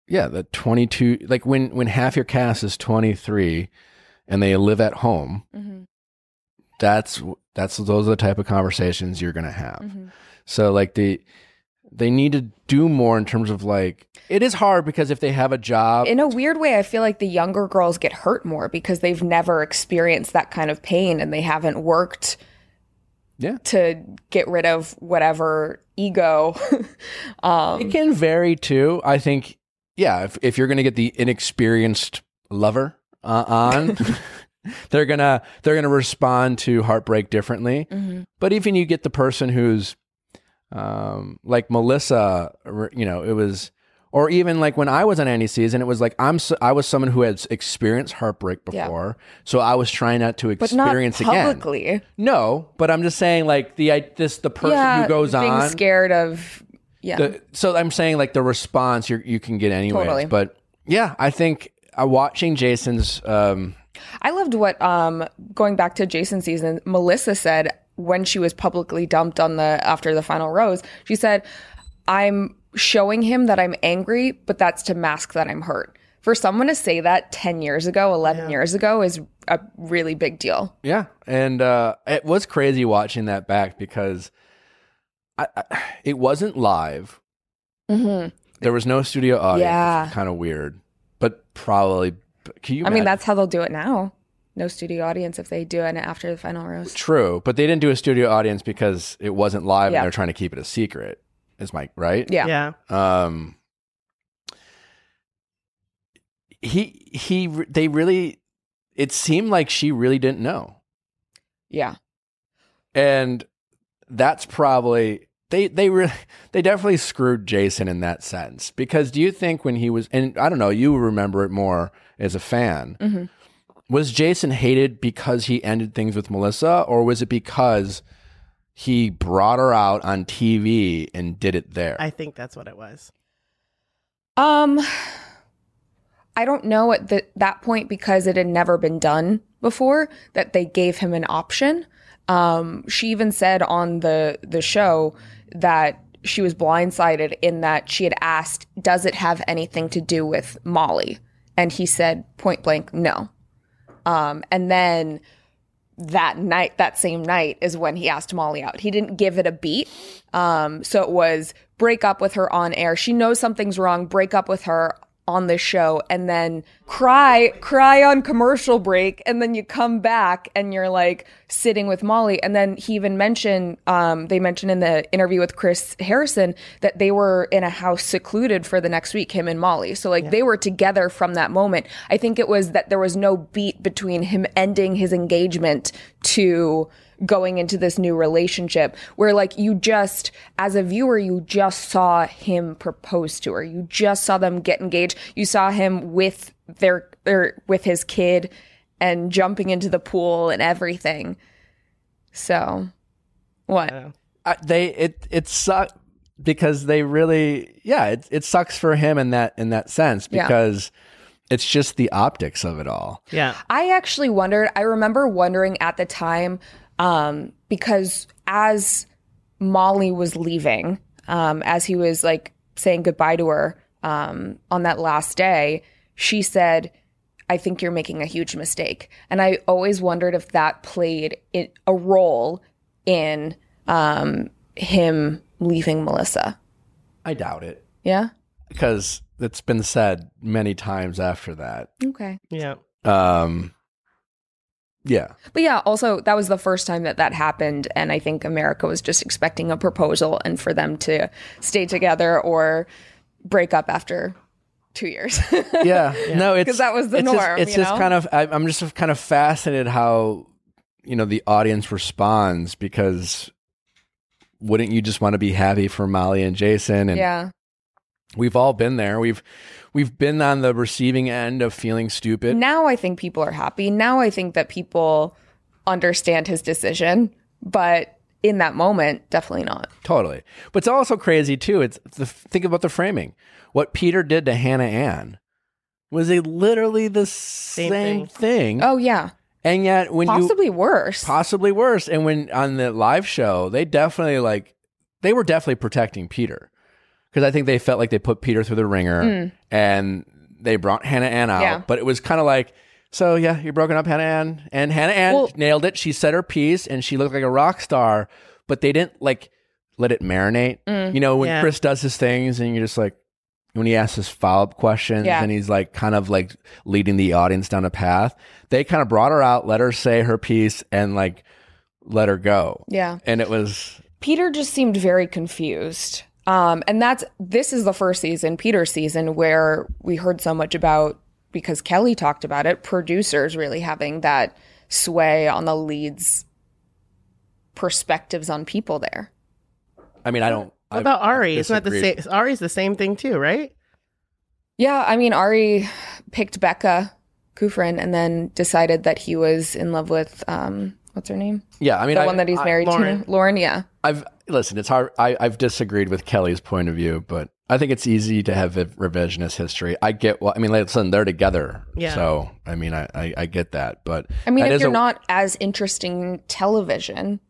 [SPEAKER 2] yeah, the 22 like when when half your cast is 23 and they live at home
[SPEAKER 1] hmm
[SPEAKER 2] that's that's those are the type of conversations you're gonna have.
[SPEAKER 1] hmm
[SPEAKER 2] So like the they need to do more in terms of like it is hard because if they have a job,
[SPEAKER 1] In a weird way, I feel like the younger girls get hurt more because they've never experienced that kind of pain and they haven't worked
[SPEAKER 2] Yeah.
[SPEAKER 1] to get rid of whatever ego. um,
[SPEAKER 2] it can vary too. I think yeah, if if you're gonna get the inexperienced lover uh, on. They're gonna they're gonna respond to heartbreak differently.
[SPEAKER 1] mhm.
[SPEAKER 2] But even you get the person who's um, like Melissa, or, you know, it was, or even like when I was on Andy season, it was like I'm so, I was someone who had experienced heartbreak
[SPEAKER 1] Yeah.
[SPEAKER 2] before, so I was trying not to
[SPEAKER 1] But not
[SPEAKER 2] experience again.
[SPEAKER 1] publicly.
[SPEAKER 2] No, but I'm just saying like the I, this the person
[SPEAKER 1] yeah,
[SPEAKER 2] who goes
[SPEAKER 1] being
[SPEAKER 2] on.
[SPEAKER 1] scared of yeah.
[SPEAKER 2] the- Uh, so I'm saying like the response you you can get anyway.
[SPEAKER 1] Totally.
[SPEAKER 2] But yeah, I think uh, watching Jason's um,
[SPEAKER 1] I loved what um going back to Jason season, Melissa said when she was publicly dumped on the after the final rose, she said, I'm showing him that I'm angry, but that's to mask that I'm hurt. For someone to say that 10 years ago, 11 years ago is a really big deal.
[SPEAKER 2] Yeah, and uh, it was crazy watching that back because I, I, it wasn't live.
[SPEAKER 1] hmm
[SPEAKER 2] There was no studio audience.
[SPEAKER 1] Yeah.
[SPEAKER 2] kind of weird, but probably. Can you?
[SPEAKER 1] I mean,
[SPEAKER 2] imagine-
[SPEAKER 1] that's how they'll do it now. no studio audience if they do it after the final roast.
[SPEAKER 2] True, but they didn't do a studio audience because it wasn't live
[SPEAKER 1] Yeah.
[SPEAKER 2] and they're trying to keep it a secret. Is my right?
[SPEAKER 1] Yeah.
[SPEAKER 3] yeah.
[SPEAKER 2] Um he he they really it seemed like she really didn't know.
[SPEAKER 1] Yeah.
[SPEAKER 2] and that's probably they they really they definitely screwed Jason in that sense because do you think when he was and I don't know you remember it more as a fan
[SPEAKER 1] hmm
[SPEAKER 2] was Jason hated because he ended things with Melissa or was it because he brought her out on TV and did it there
[SPEAKER 3] I think that's what it was.
[SPEAKER 1] Um, I don't know at the, that point because it had never been done before that they gave him an option. Um, she even said on the the show that she was blindsided in that she had asked, "Does it have anything to do with Molly?" And he said point blank, "No." Um, and then that night, that same night, is when he asked Molly out. He didn't give it a beat. Um, so it was break up with her on air. She knows something's wrong, break up with her on this show, and then cry, cry on commercial break. And then you come back and you're like sitting with Molly. And then he even mentioned, um, they mentioned in the interview with Chris Harrison that they were in a house secluded for the next week, him and Molly. So like they were together from that moment. I think it was that there was no beat between him ending his engagement to going into this new relationship where like you just as a viewer you just saw him propose to her you just saw them get engaged you saw him with their their with his kid and jumping into the pool and everything so what
[SPEAKER 2] I, they it it sucks because they really yeah it it sucks for him in that in that sense
[SPEAKER 1] Yeah.
[SPEAKER 2] because it's just the optics of it all
[SPEAKER 3] Yeah.
[SPEAKER 1] I actually wondered, I remember wondering at the time um, because as Molly was leaving, um, as he was like saying goodbye to her um, on that last day, she said, I think you're making a huge mistake. And I always wondered if that played it, a role in um, him leaving Melissa.
[SPEAKER 2] I doubt it
[SPEAKER 1] Yeah.
[SPEAKER 2] because it's been said many times after that.
[SPEAKER 1] Okay.
[SPEAKER 3] Yeah.
[SPEAKER 2] Um, yeah,
[SPEAKER 1] But yeah, also that was the first time that that happened, and I think America was just expecting a proposal and for them to stay together or break up after two years.
[SPEAKER 2] yeah. No, it's
[SPEAKER 1] 'Cause that was the
[SPEAKER 2] it's just-
[SPEAKER 1] norm,
[SPEAKER 2] it's
[SPEAKER 1] you
[SPEAKER 2] just
[SPEAKER 1] know?
[SPEAKER 2] kind of I, I'm just kind of fascinated how you know the audience responds because wouldn't you just want to be happy for Molly and Jason and
[SPEAKER 1] yeah,
[SPEAKER 2] we've all been there we've we've been on the receiving end of feeling stupid
[SPEAKER 1] now I think people are happy. Now I think that people understand his decision, but in that moment, definitely not.
[SPEAKER 2] Totally. But it's also crazy too. It's the, think about the framing. What Peter did to Hannah Ann was a literally the same,
[SPEAKER 3] thing.
[SPEAKER 2] thing.
[SPEAKER 1] Oh yeah,
[SPEAKER 2] and yet when you
[SPEAKER 1] possibly worse.
[SPEAKER 2] possibly worse. And when on the live show, they definitely like they were definitely protecting Peter because I think they felt like they put Peter through the ringer and they brought Hannah Ann out.
[SPEAKER 1] Hmm. Yeah.
[SPEAKER 2] But it was kind of like. So yeah, you're broken up, Hannah Ann, and Hannah Ann
[SPEAKER 1] Well-
[SPEAKER 2] nailed it. She said her piece, and she looked like a rock star. But they didn't like let it marinate.
[SPEAKER 1] Mm,
[SPEAKER 2] You know, when
[SPEAKER 3] Yeah.
[SPEAKER 2] Chris does his things and you're just like, when he asks his follow up questions
[SPEAKER 1] Yeah.
[SPEAKER 2] and he's like kind of like leading the audience down a path, they kind of brought her out, let her say her piece and like let her go.
[SPEAKER 1] yeah.
[SPEAKER 2] And it was,
[SPEAKER 1] Peter just seemed very confused. Um, and that's this is the first season, Peter's season, where we heard so much about because Kelly talked about it, producers really having that sway on the leads perspectives on people there.
[SPEAKER 2] I mean, I don't.
[SPEAKER 3] What about Ari? Isn't that the
[SPEAKER 2] disagree.
[SPEAKER 3] same? Ari's the same thing too, right?
[SPEAKER 1] Yeah, I mean Ari picked Becca Kufrin and then decided that he was in love with um what's her name?
[SPEAKER 2] Yeah. I mean,
[SPEAKER 1] The
[SPEAKER 2] I,
[SPEAKER 1] one that he's
[SPEAKER 2] I-
[SPEAKER 1] married
[SPEAKER 3] Lauren.
[SPEAKER 1] to. Lauren, yeah.
[SPEAKER 2] I've, listen, it's hard. I, I've disagreed with Kelly's point of view, but I think it's easy to have revisionist history. I get what, I mean, listen, they're together.
[SPEAKER 3] Yeah.
[SPEAKER 2] So, I mean, I, I, I get that. But
[SPEAKER 1] I mean,
[SPEAKER 2] that
[SPEAKER 1] if
[SPEAKER 2] is
[SPEAKER 1] you're
[SPEAKER 2] a-
[SPEAKER 1] not as interesting in television,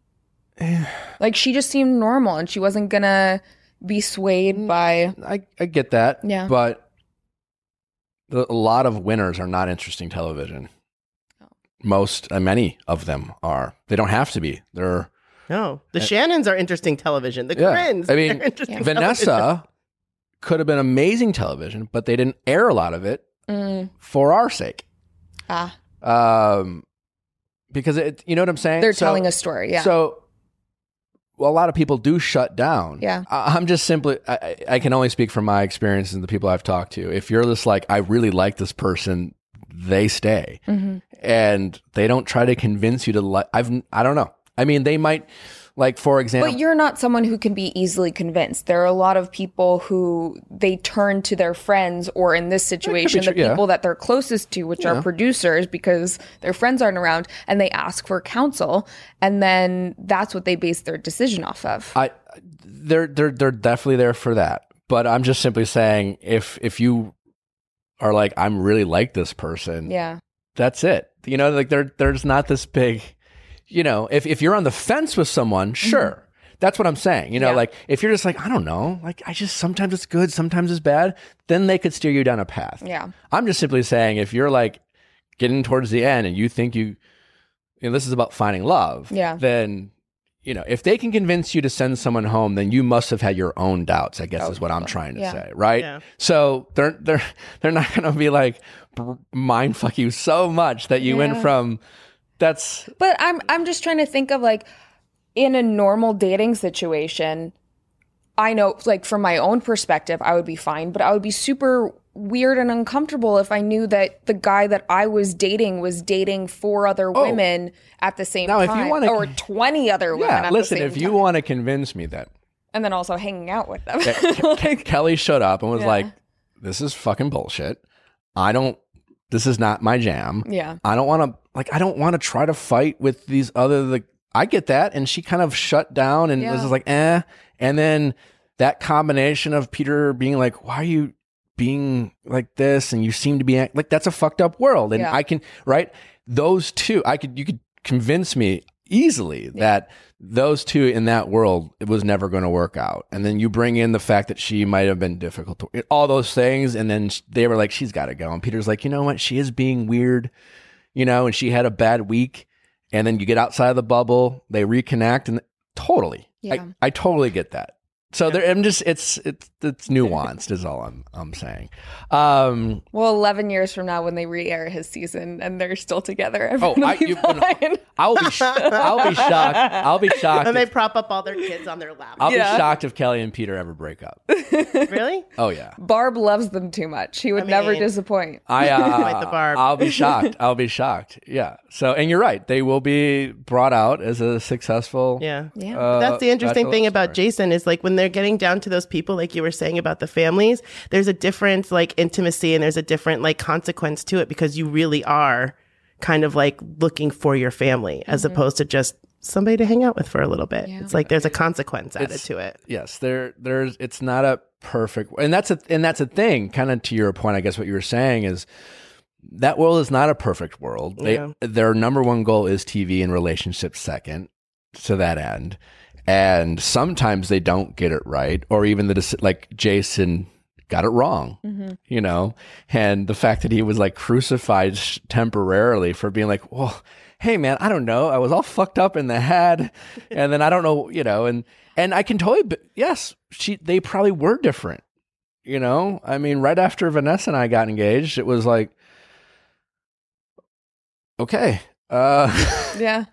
[SPEAKER 1] like she just seemed normal and she wasn't gonna be
[SPEAKER 2] Mm.
[SPEAKER 1] swayed by.
[SPEAKER 2] I, I get that.
[SPEAKER 1] Yeah.
[SPEAKER 2] But the, a lot of winners are not interesting television.
[SPEAKER 1] Oh.
[SPEAKER 2] Most, uh, many of them are. They don't have to be. They're
[SPEAKER 3] No. The Shannons are interesting television. The
[SPEAKER 2] Uh, yeah.
[SPEAKER 3] Corins.
[SPEAKER 2] I mean,
[SPEAKER 3] they're interesting television.
[SPEAKER 2] Vanessa could have been amazing television, but they didn't air a lot of it
[SPEAKER 1] Mm,
[SPEAKER 2] for our sake.
[SPEAKER 1] ah,
[SPEAKER 2] Um, because it, you know what I'm saying?
[SPEAKER 1] They're
[SPEAKER 2] So-
[SPEAKER 1] telling a story. Yeah.
[SPEAKER 2] So well, a lot of people do shut down.
[SPEAKER 1] Yeah.
[SPEAKER 2] I, I'm just simply, I, I- I can only speak from my experience and the people I've talked to. If you're just like, I really like this person, they stay
[SPEAKER 1] Mhm.
[SPEAKER 2] and they don't try to convince you to like, I've, I don't know. I mean, they might, like, for example,
[SPEAKER 1] But you're not someone who can be easily convinced. There are a lot of people who they turn to their friends, or in this situation,
[SPEAKER 2] true,
[SPEAKER 1] the
[SPEAKER 2] yeah.
[SPEAKER 1] people that they're closest to, which are producers, because their friends aren't around, and they ask for counsel, and then that's what they base their decision off of.
[SPEAKER 2] I they're they're they're definitely there for that. But I'm just simply saying if if you are like I'm really like this person,
[SPEAKER 1] yeah.
[SPEAKER 2] that's it. You know, like there there's not this big, you know, if if you're on the fence with someone, sure. That's what I'm saying. You know,
[SPEAKER 1] Yeah.
[SPEAKER 2] like if you're just like I don't know, like I just sometimes it's good, sometimes it's bad, then they could steer you down a path.
[SPEAKER 1] Yeah.
[SPEAKER 2] I'm just simply saying if you're like getting towards the end and you think you, you know, this is about finding love,
[SPEAKER 1] Yeah.
[SPEAKER 2] then you know, if they can convince you to send someone home, then you must have had your own doubts, I guess is what I'm trying to
[SPEAKER 1] Oh, Yeah.
[SPEAKER 2] say, right?
[SPEAKER 3] Yeah.
[SPEAKER 2] So they're they're they're not going to be like br- mind fuck you so much that you went
[SPEAKER 1] Yeah.
[SPEAKER 2] from that's
[SPEAKER 1] But I'm I'm just trying to think of like in a normal dating situation, I know like from my own perspective, I would be fine, but I would be super weird and uncomfortable if I knew that the guy that I was dating was dating four other women at the same
[SPEAKER 2] Oh. Now, if you
[SPEAKER 1] time
[SPEAKER 2] wanna-
[SPEAKER 1] or 20 other women
[SPEAKER 2] yeah.
[SPEAKER 1] at
[SPEAKER 2] Listen,
[SPEAKER 1] the same
[SPEAKER 2] if you
[SPEAKER 1] time.
[SPEAKER 2] want to convince me that
[SPEAKER 1] and then also hanging out with them.
[SPEAKER 2] Ke- Kelly showed up and was
[SPEAKER 1] Yeah.
[SPEAKER 2] like, "This is fucking bullshit. I don't. This is not my jam.
[SPEAKER 1] Yeah.
[SPEAKER 2] I don't want to. Like, I don't want to try to fight with these other. Like, I get that." And she kind of shut down and was
[SPEAKER 1] Yeah.
[SPEAKER 2] just like, "Eh." And then that combination of Peter being like, "Why are you?" being like this and you seem to be act- like that's a fucked up world and
[SPEAKER 1] Yeah.
[SPEAKER 2] i can right those two i could you could convince me easily that those two in that world it was never going to work out and then you bring in the fact that she might have been difficult to, all those things and then sh- they were like she's got to go and peter's like you know what she is being weird you know and she had a bad week and then you get outside of the bubble they reconnect and totally
[SPEAKER 1] Yeah.
[SPEAKER 2] I, I totally get that so there i'm just it's it's it's nuanced is all i'm i'm saying um
[SPEAKER 1] well, 11 years from now when they re-air his season and they're still together, everyone
[SPEAKER 2] Oh,
[SPEAKER 1] will
[SPEAKER 2] I-
[SPEAKER 1] be
[SPEAKER 2] you-
[SPEAKER 1] fine.
[SPEAKER 2] i'll be sh- i'll be shocked i'll be shocked
[SPEAKER 3] And they
[SPEAKER 2] if-
[SPEAKER 3] prop up all their kids on their lap.
[SPEAKER 2] I'll
[SPEAKER 1] Yeah.
[SPEAKER 2] be shocked if Kelly and Peter ever break up.
[SPEAKER 3] really?
[SPEAKER 2] Oh yeah,
[SPEAKER 1] Barb loves them too much. He would never
[SPEAKER 3] mean-
[SPEAKER 1] disappoint.
[SPEAKER 2] I. Uh,
[SPEAKER 3] Quite the barb.
[SPEAKER 2] I'll be shocked. I'll be shocked. Yeah. So, and you're right. They will be brought out as a successful.
[SPEAKER 3] Yeah.
[SPEAKER 1] Yeah.
[SPEAKER 2] uh,
[SPEAKER 3] That's the interesting
[SPEAKER 2] bachelor
[SPEAKER 3] thing about
[SPEAKER 2] story.
[SPEAKER 3] Jason is like when they're getting down to those people, like you were saying about the families, there's a different like intimacy and there's a different like consequence to it because you really are kind of like looking for your family as opposed to just somebody to hang out with for a little bit. It's like there's a consequence added to it.
[SPEAKER 2] Yes, there, there's. It's not a perfect, and that's a, and that's a thing. Kind of to your point, I guess what you were saying is that world is not a perfect world. They,
[SPEAKER 3] Yeah.
[SPEAKER 2] Their number one goal is TV and relationships second to that end, and sometimes they don't get it right, or even the deci- like Jason got it wrong.
[SPEAKER 1] Mm-hmm.
[SPEAKER 2] You know, and the fact that he was like crucified sh- temporarily for being like, well. Hey man, I don't know. I was all fucked up in the head, and then I don't know, you know, and and I can totally, b- yes, she they probably were different, you know. I mean, right after Vanessa and I got engaged, it was like, okay, uh,
[SPEAKER 1] Yeah.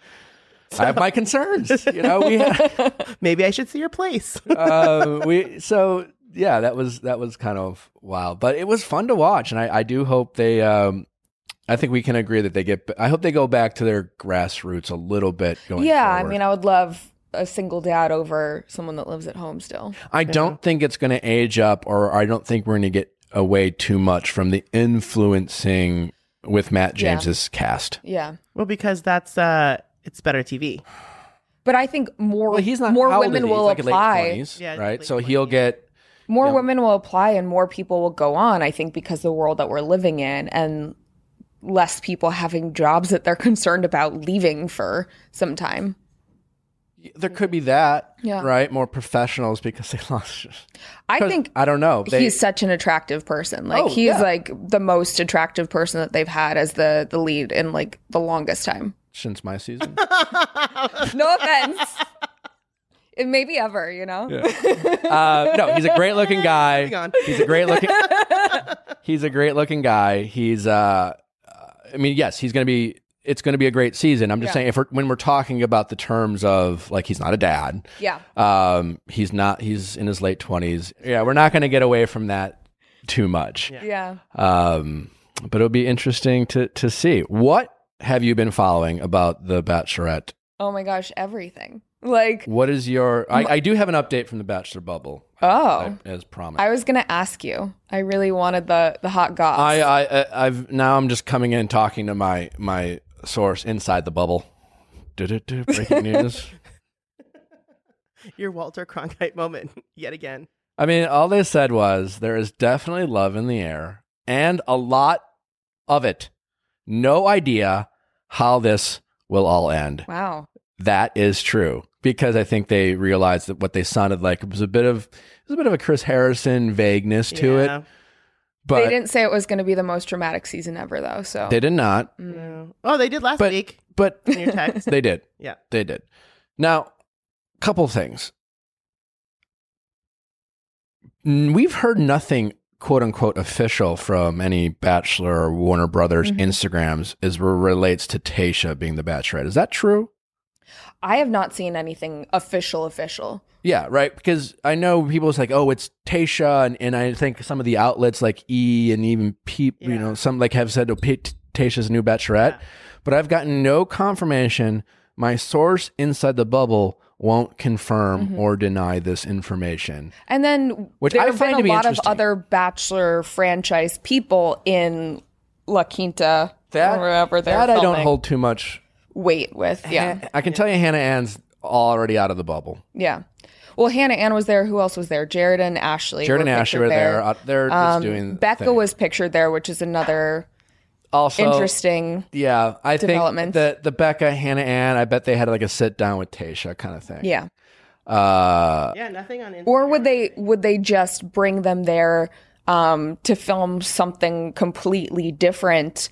[SPEAKER 2] I have my concerns. You know, we had,
[SPEAKER 3] Maybe I should see your place.
[SPEAKER 2] uh, we so yeah, that was that was kind of wild, but it was fun to watch, and I, I do hope they. Um, I think we can agree that they get. I hope they go back to their grassroots a little bit. Going
[SPEAKER 1] yeah, I
[SPEAKER 2] forward.
[SPEAKER 1] mean, I would love a single dad over someone that lives at home still.
[SPEAKER 2] I don't think it's going to age up, or I don't think we're going to get away too much from the influencing with Matt
[SPEAKER 1] Yeah.
[SPEAKER 2] James's cast.
[SPEAKER 1] Yeah.
[SPEAKER 3] well, because that's uh it's better TV.
[SPEAKER 1] But I think more
[SPEAKER 2] Well, he's not
[SPEAKER 1] more
[SPEAKER 2] how old is
[SPEAKER 1] women
[SPEAKER 2] he? He's
[SPEAKER 1] will
[SPEAKER 2] like late
[SPEAKER 1] apply.
[SPEAKER 2] 20s,
[SPEAKER 3] Yeah,
[SPEAKER 2] right?
[SPEAKER 3] late
[SPEAKER 2] So he'll get
[SPEAKER 1] More women will apply and more people will go on, I think because the world that we're living in and less people having jobs that they're concerned about leaving for some time.
[SPEAKER 2] there could be that,
[SPEAKER 1] Yeah.
[SPEAKER 2] right? More professionals because they lost.
[SPEAKER 1] I
[SPEAKER 2] 'cause
[SPEAKER 1] think
[SPEAKER 2] I don't know. They,
[SPEAKER 1] he's such an attractive person. Like
[SPEAKER 2] Oh,
[SPEAKER 1] he's
[SPEAKER 2] yeah.
[SPEAKER 1] like the most attractive person that they've had as the the lead in like the longest time.
[SPEAKER 2] since my season.
[SPEAKER 1] No offense. It may be ever, you know?
[SPEAKER 2] uh, no, he's a great looking guy.
[SPEAKER 3] on.
[SPEAKER 2] He's a great looking. he's a great looking guy. He's. uh uh, I mean, yes, he's going to be it's going to be a great season. I'm just
[SPEAKER 1] Yeah.
[SPEAKER 2] saying if we're, when we're talking about the terms of like he's not a dad,
[SPEAKER 1] Yeah.
[SPEAKER 2] um, he's not he's in his late 20s. Yeah, we're not going to get away from that too much.
[SPEAKER 1] Yeah.
[SPEAKER 2] Um, but it'll be interesting to to see. What have you been following about the Bachelorette?
[SPEAKER 1] Oh my gosh, everything. Like,
[SPEAKER 2] What is your? I, I do have an update from the Bachelor bubble.
[SPEAKER 1] oh,
[SPEAKER 2] as promised.
[SPEAKER 1] I was gonna ask you. I really wanted the the hot goss.
[SPEAKER 2] I, uh, I, I I've now I'm just coming in talking to my my source inside the bubble. Du-du-du, Breaking news.
[SPEAKER 3] Your Walter Cronkite moment yet again.
[SPEAKER 2] I mean, all they said was there is definitely love in the air and a lot of it. No idea how this will all end.
[SPEAKER 1] wow.
[SPEAKER 2] That is true because I think they realized that what they sounded like was a bit of it was a bit of a Chris Harrison vagueness to
[SPEAKER 3] Yeah.
[SPEAKER 2] it. But
[SPEAKER 1] they didn't say it was gonna be the most dramatic season ever, though. So Mm.
[SPEAKER 2] they did not.
[SPEAKER 3] No. Oh, they did last
[SPEAKER 2] But-
[SPEAKER 3] week
[SPEAKER 2] But
[SPEAKER 3] in your text.
[SPEAKER 2] they did.
[SPEAKER 3] Yeah.
[SPEAKER 2] They did. Now, couple things. N- We've heard nothing quote unquote official from any Bachelor or Warner Brothers
[SPEAKER 1] Mhm.
[SPEAKER 2] Instagrams as re- relates to Tasha being the Bachelorette. Is that true?
[SPEAKER 1] I have not seen anything official. Official.
[SPEAKER 2] Yeah, right. Because I know people was like, oh, it's Tasha, and, and I think some of the outlets like E and even Peep, you
[SPEAKER 3] Yeah.
[SPEAKER 2] know, some like have said, oh, P- Tasha's new Bachelorette. But I've gotten no confirmation. My source inside the bubble won't confirm
[SPEAKER 1] Mm-hmm.
[SPEAKER 2] or deny this information.
[SPEAKER 1] And then
[SPEAKER 2] Which
[SPEAKER 1] there
[SPEAKER 2] I
[SPEAKER 1] have
[SPEAKER 2] find
[SPEAKER 1] been
[SPEAKER 2] to
[SPEAKER 1] a
[SPEAKER 2] be
[SPEAKER 1] lot of
[SPEAKER 2] interesting.
[SPEAKER 1] other Bachelor franchise people in La Quinta, or wherever they're
[SPEAKER 2] that I don't Eh.
[SPEAKER 1] filming,
[SPEAKER 2] hold too much.
[SPEAKER 1] weight with. Yeah,
[SPEAKER 2] I can tell you, Hannah Ann's already out of the bubble.
[SPEAKER 1] yeah. Well, Hannah Ann was there. Who else was there? Jared and Ashley.
[SPEAKER 2] Jared and Ashley
[SPEAKER 1] pictured
[SPEAKER 2] were there. Uh, They're just
[SPEAKER 1] Um,
[SPEAKER 2] doing. the
[SPEAKER 1] Becca
[SPEAKER 2] thing.
[SPEAKER 1] was pictured there, which is another
[SPEAKER 2] also
[SPEAKER 1] interesting.
[SPEAKER 2] Yeah, I think
[SPEAKER 1] developments.
[SPEAKER 2] the the Becca Hannah Ann. I bet they had like a sit down with Tasha kind of thing.
[SPEAKER 1] Yeah.
[SPEAKER 2] Uh,
[SPEAKER 3] Yeah, nothing on Instagram.
[SPEAKER 1] Or would they would they just bring them there um, to film something completely different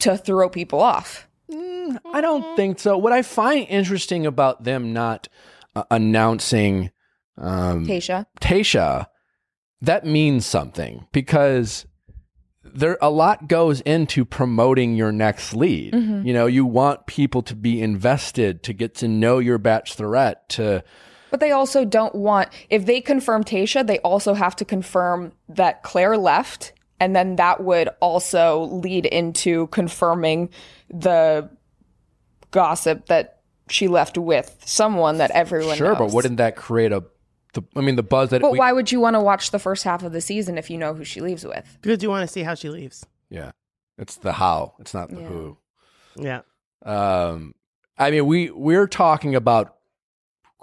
[SPEAKER 1] to throw people off?
[SPEAKER 2] I
[SPEAKER 1] Mm.
[SPEAKER 2] don't think so. What I find interesting about them not uh, announcing um,
[SPEAKER 1] Tasha.
[SPEAKER 2] Tasha, that means something because there a lot goes into promoting your next lead.
[SPEAKER 1] Mm-hmm.
[SPEAKER 2] You know, you want people to be invested to get to know your bachelorette to
[SPEAKER 1] But they also don't want if they confirm Tasha, they also have to confirm that Claire left, and then that would also lead into confirming the gossip that she left with someone that everyone
[SPEAKER 2] sure, but
[SPEAKER 1] knows.
[SPEAKER 2] wouldn't that create a the, I mean the buzz that
[SPEAKER 1] But
[SPEAKER 2] we,
[SPEAKER 1] why would you want to watch the first half of the season if you know who she leaves with?
[SPEAKER 3] Because you want to see how she leaves.
[SPEAKER 2] yeah. It's the how, it's not the
[SPEAKER 1] Yeah.
[SPEAKER 2] who.
[SPEAKER 3] Yeah.
[SPEAKER 2] Um, I mean, we we're talking about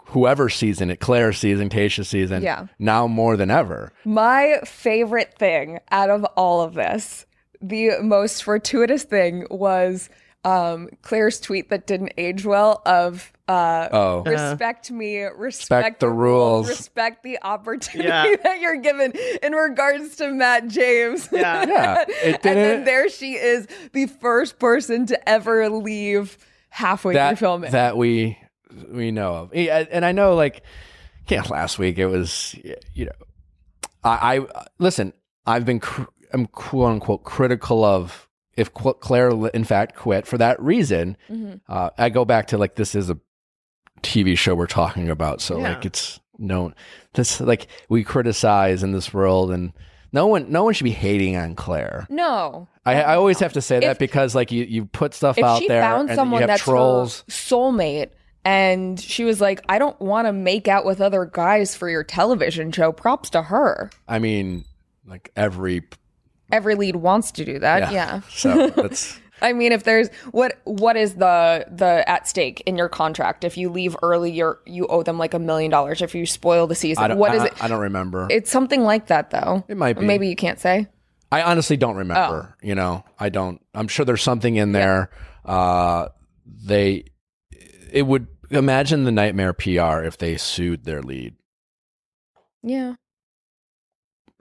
[SPEAKER 2] whoever season it, Claire's season, Tasha's season,
[SPEAKER 1] Yeah.
[SPEAKER 2] now more than ever.
[SPEAKER 1] My favorite thing out of all of this, the most fortuitous thing was um, Claire's tweet that didn't age well of uh,
[SPEAKER 2] Oh,
[SPEAKER 1] respect me, respect,
[SPEAKER 2] the rules.
[SPEAKER 1] respect the opportunity
[SPEAKER 3] Yeah.
[SPEAKER 1] that you're given in regards to Matt James.
[SPEAKER 3] Yeah.
[SPEAKER 2] Yeah,
[SPEAKER 1] and
[SPEAKER 2] it didn't-
[SPEAKER 1] then there she is, the first person to ever leave halfway
[SPEAKER 2] that
[SPEAKER 1] through filming.
[SPEAKER 2] that we we know of, Yeah, and I know like yeah, last week it was you know I, I listen. I've been cr- I'm quote unquote critical of if Qu- Claire li- in fact quit for that reason.
[SPEAKER 1] Mm-hmm.
[SPEAKER 2] Uh, I go back to like this is a TV show we're talking about, so
[SPEAKER 3] Yeah.
[SPEAKER 2] like it's known. This like we criticize in this world, and no one no one should be hating on Claire.
[SPEAKER 1] no.
[SPEAKER 2] I, I always have to say that
[SPEAKER 1] If-
[SPEAKER 2] because like you, you put stuff
[SPEAKER 1] if
[SPEAKER 2] out
[SPEAKER 1] she
[SPEAKER 2] there
[SPEAKER 1] found
[SPEAKER 2] and
[SPEAKER 1] someone
[SPEAKER 2] you have
[SPEAKER 1] that's
[SPEAKER 2] trolls.
[SPEAKER 1] her soulmate and she was like i don't want to make out with other guys for your television show props to her
[SPEAKER 2] I mean, like every
[SPEAKER 1] every lead wants to do that yeah,
[SPEAKER 2] So that's
[SPEAKER 1] i mean if there's what what is the the at stake in your contract if you leave early you're you owe them like a million dollars if you spoil the
[SPEAKER 2] I
[SPEAKER 1] season
[SPEAKER 2] don't,
[SPEAKER 1] what
[SPEAKER 2] I,
[SPEAKER 1] is it
[SPEAKER 2] I don't remember.
[SPEAKER 1] it's something like that though
[SPEAKER 2] It might be.
[SPEAKER 1] maybe Oh. you can't say
[SPEAKER 2] I honestly don't remember. You know, I don't. I'm sure there's something in there. Uh, they, it would imagine the nightmare PR if they sued their lead.
[SPEAKER 1] yeah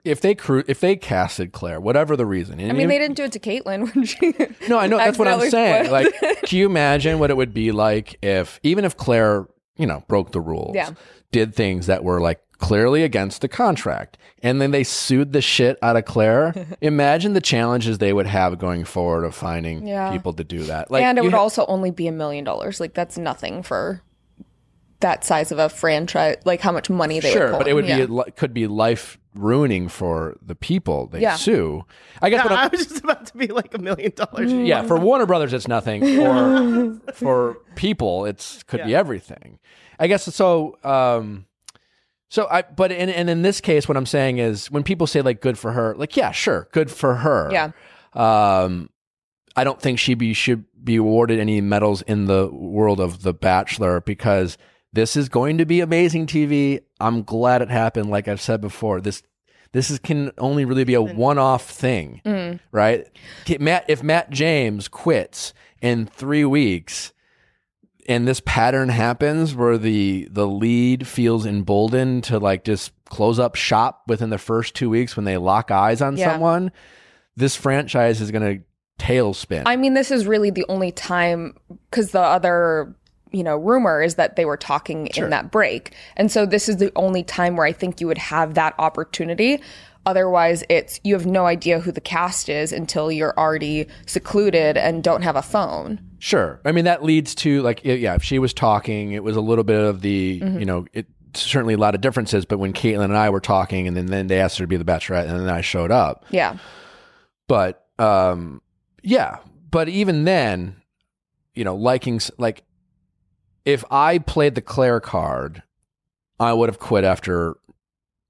[SPEAKER 2] If they cru- if they casted Claire, whatever the reason.
[SPEAKER 1] i mean they didn't do it to caitlyn when she
[SPEAKER 2] No, I know that's what I'm
[SPEAKER 1] accidentally
[SPEAKER 2] saying.
[SPEAKER 1] spoiled.
[SPEAKER 2] Like, can you imagine what it would be like if even if Claire you know, broke the rules,
[SPEAKER 1] Yeah.
[SPEAKER 2] did things that were like clearly against the contract. And then they sued the shit out of Claire. Imagine the challenges they would have going forward of finding
[SPEAKER 1] Yeah.
[SPEAKER 2] people to do that. Like,
[SPEAKER 1] and it
[SPEAKER 2] you
[SPEAKER 1] would
[SPEAKER 2] ha-
[SPEAKER 1] also only be a million dollars. Like that's nothing for that size of a franchise. Like how much money they
[SPEAKER 2] sure,
[SPEAKER 1] would pull
[SPEAKER 2] but it
[SPEAKER 1] in.
[SPEAKER 2] would
[SPEAKER 1] Yeah.
[SPEAKER 2] be li- could be life ruining for the people they
[SPEAKER 1] Yeah.
[SPEAKER 2] sue. I guess what I'm
[SPEAKER 3] I was just about to be like a million dollars.
[SPEAKER 1] Mm,
[SPEAKER 2] yeah, for Warner Brothers, it's nothing. For for people, it's could be everything. I guess so. Um, so I, but in, and in this case, what I'm saying is, when people say like "good for her," like yeah, sure, good for her.
[SPEAKER 1] Yeah.
[SPEAKER 2] Um, I don't think she be should be awarded any medals in the world of The Bachelor because this is going to be amazing TV. I'm glad it happened. Like I've said before, this this is, can only really be a one-off thing
[SPEAKER 1] Mm.
[SPEAKER 2] right? Ki- Matt, if Matt James quits in three weeks, and this pattern happens where the the lead feels emboldened to like just close up shop within the first two weeks when they lock eyes on
[SPEAKER 1] Yeah.
[SPEAKER 2] someone, this franchise is going to tailspin.
[SPEAKER 1] I mean, this is really the only time because the other, you know, rumor is that they were talking
[SPEAKER 2] Sure.
[SPEAKER 1] in that break. And so this is the only time where I think you would have that opportunity. Otherwise, it's you have no idea who the cast is until you're already secluded and don't have a phone.
[SPEAKER 2] Sure. I mean, that leads to like, i- yeah, if she was talking, it was a little bit of the, you know, it certainly a lot of differences. But when Caitlin and I were talking, and then, then they asked her to be the bachelorette, and then I showed up.
[SPEAKER 1] Yeah.
[SPEAKER 2] But um, yeah. But even then, you know, liking s- like if I played the Claire card, I would have quit after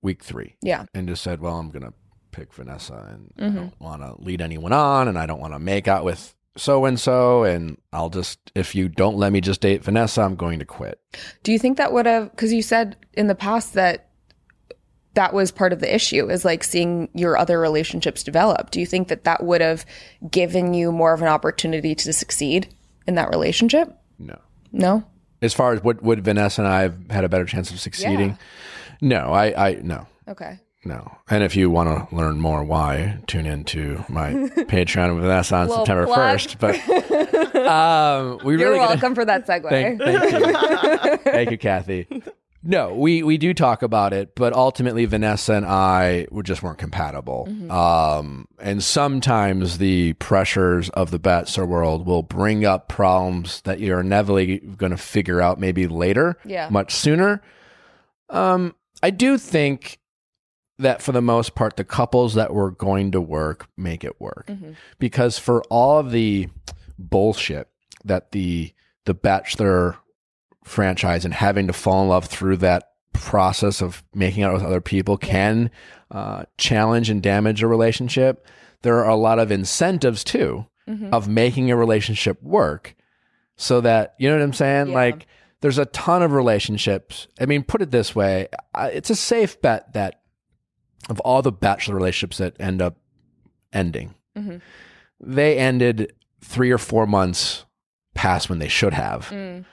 [SPEAKER 2] week three
[SPEAKER 1] Yeah.
[SPEAKER 2] and just said, "Well, I'm gonna pick Vanessa, and
[SPEAKER 1] Mhm.
[SPEAKER 2] I don't want to lead anyone on, and I don't want to make out with so and so, and I'll just if you don't let me just date Vanessa, I'm going to quit."
[SPEAKER 1] Do you think that would have, because you said in the past that that was part of the issue is like seeing your other relationships develop. Do you think that that would have given you more of an opportunity to succeed in that relationship?
[SPEAKER 2] No.
[SPEAKER 1] No?
[SPEAKER 2] As far as what would Vanessa and I have had a better chance of succeeding?
[SPEAKER 1] Yeah.
[SPEAKER 2] No, I, I no.
[SPEAKER 1] Okay.
[SPEAKER 2] No. And if you want to learn more why, tune in to my Patreon with Vanessa on
[SPEAKER 1] Little
[SPEAKER 2] September
[SPEAKER 1] plug.
[SPEAKER 2] 1st. But um, we
[SPEAKER 1] You're
[SPEAKER 2] really gonna-
[SPEAKER 1] welcome for that segue.
[SPEAKER 2] Thank, thank you. thank you, Kathy. No, we, we do talk about it, but ultimately Vanessa and I were just weren't compatible. Um, and sometimes the pressures of the Bachelor world will bring up problems that you're inevitably going to figure out maybe later,
[SPEAKER 1] Yeah.
[SPEAKER 2] much sooner. Um, I do think that for the most part, the couples that were going to work make it work
[SPEAKER 1] Mhm.
[SPEAKER 2] because for all of the bullshit that the the Bachelor franchise and having to fall in love through that process of making out with other people can uh, challenge and damage a relationship, there are a lot of incentives too
[SPEAKER 1] Mhm.
[SPEAKER 2] of making a relationship work, so that you know what I'm saying.
[SPEAKER 1] Yeah.
[SPEAKER 2] Like there's a ton of relationships. I mean, put it this way, I- it's a safe bet that of all the Bachelor relationships that end up ending
[SPEAKER 1] Mhm.
[SPEAKER 2] they ended three or four months past when they should have,
[SPEAKER 1] Mm.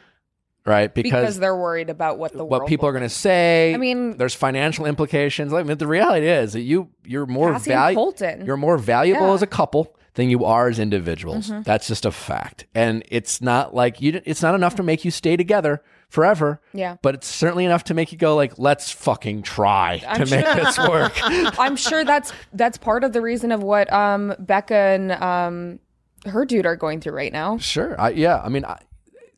[SPEAKER 2] right?
[SPEAKER 1] Because,
[SPEAKER 2] Because,
[SPEAKER 1] they're worried about what the
[SPEAKER 2] what
[SPEAKER 1] world
[SPEAKER 2] people are
[SPEAKER 1] will-
[SPEAKER 2] going to say.
[SPEAKER 1] I mean-
[SPEAKER 2] there's financial implications. Like, I mean, the reality is that you you're more
[SPEAKER 1] Cassie and
[SPEAKER 2] valuable.
[SPEAKER 1] Colton.
[SPEAKER 2] You're more valuable
[SPEAKER 1] Yeah. Mm-hmm.
[SPEAKER 2] as a couple than you are as individuals. That's just a fact, and it's not like you. It's not enough to make you stay together forever.
[SPEAKER 1] Yeah.
[SPEAKER 2] but it's certainly enough to make you go like, let's fucking try to make this work.
[SPEAKER 1] I'm sure that's that's part of the reason of what um Becca and um her dude are going through right now.
[SPEAKER 2] Sure. I, yeah. I mean, I,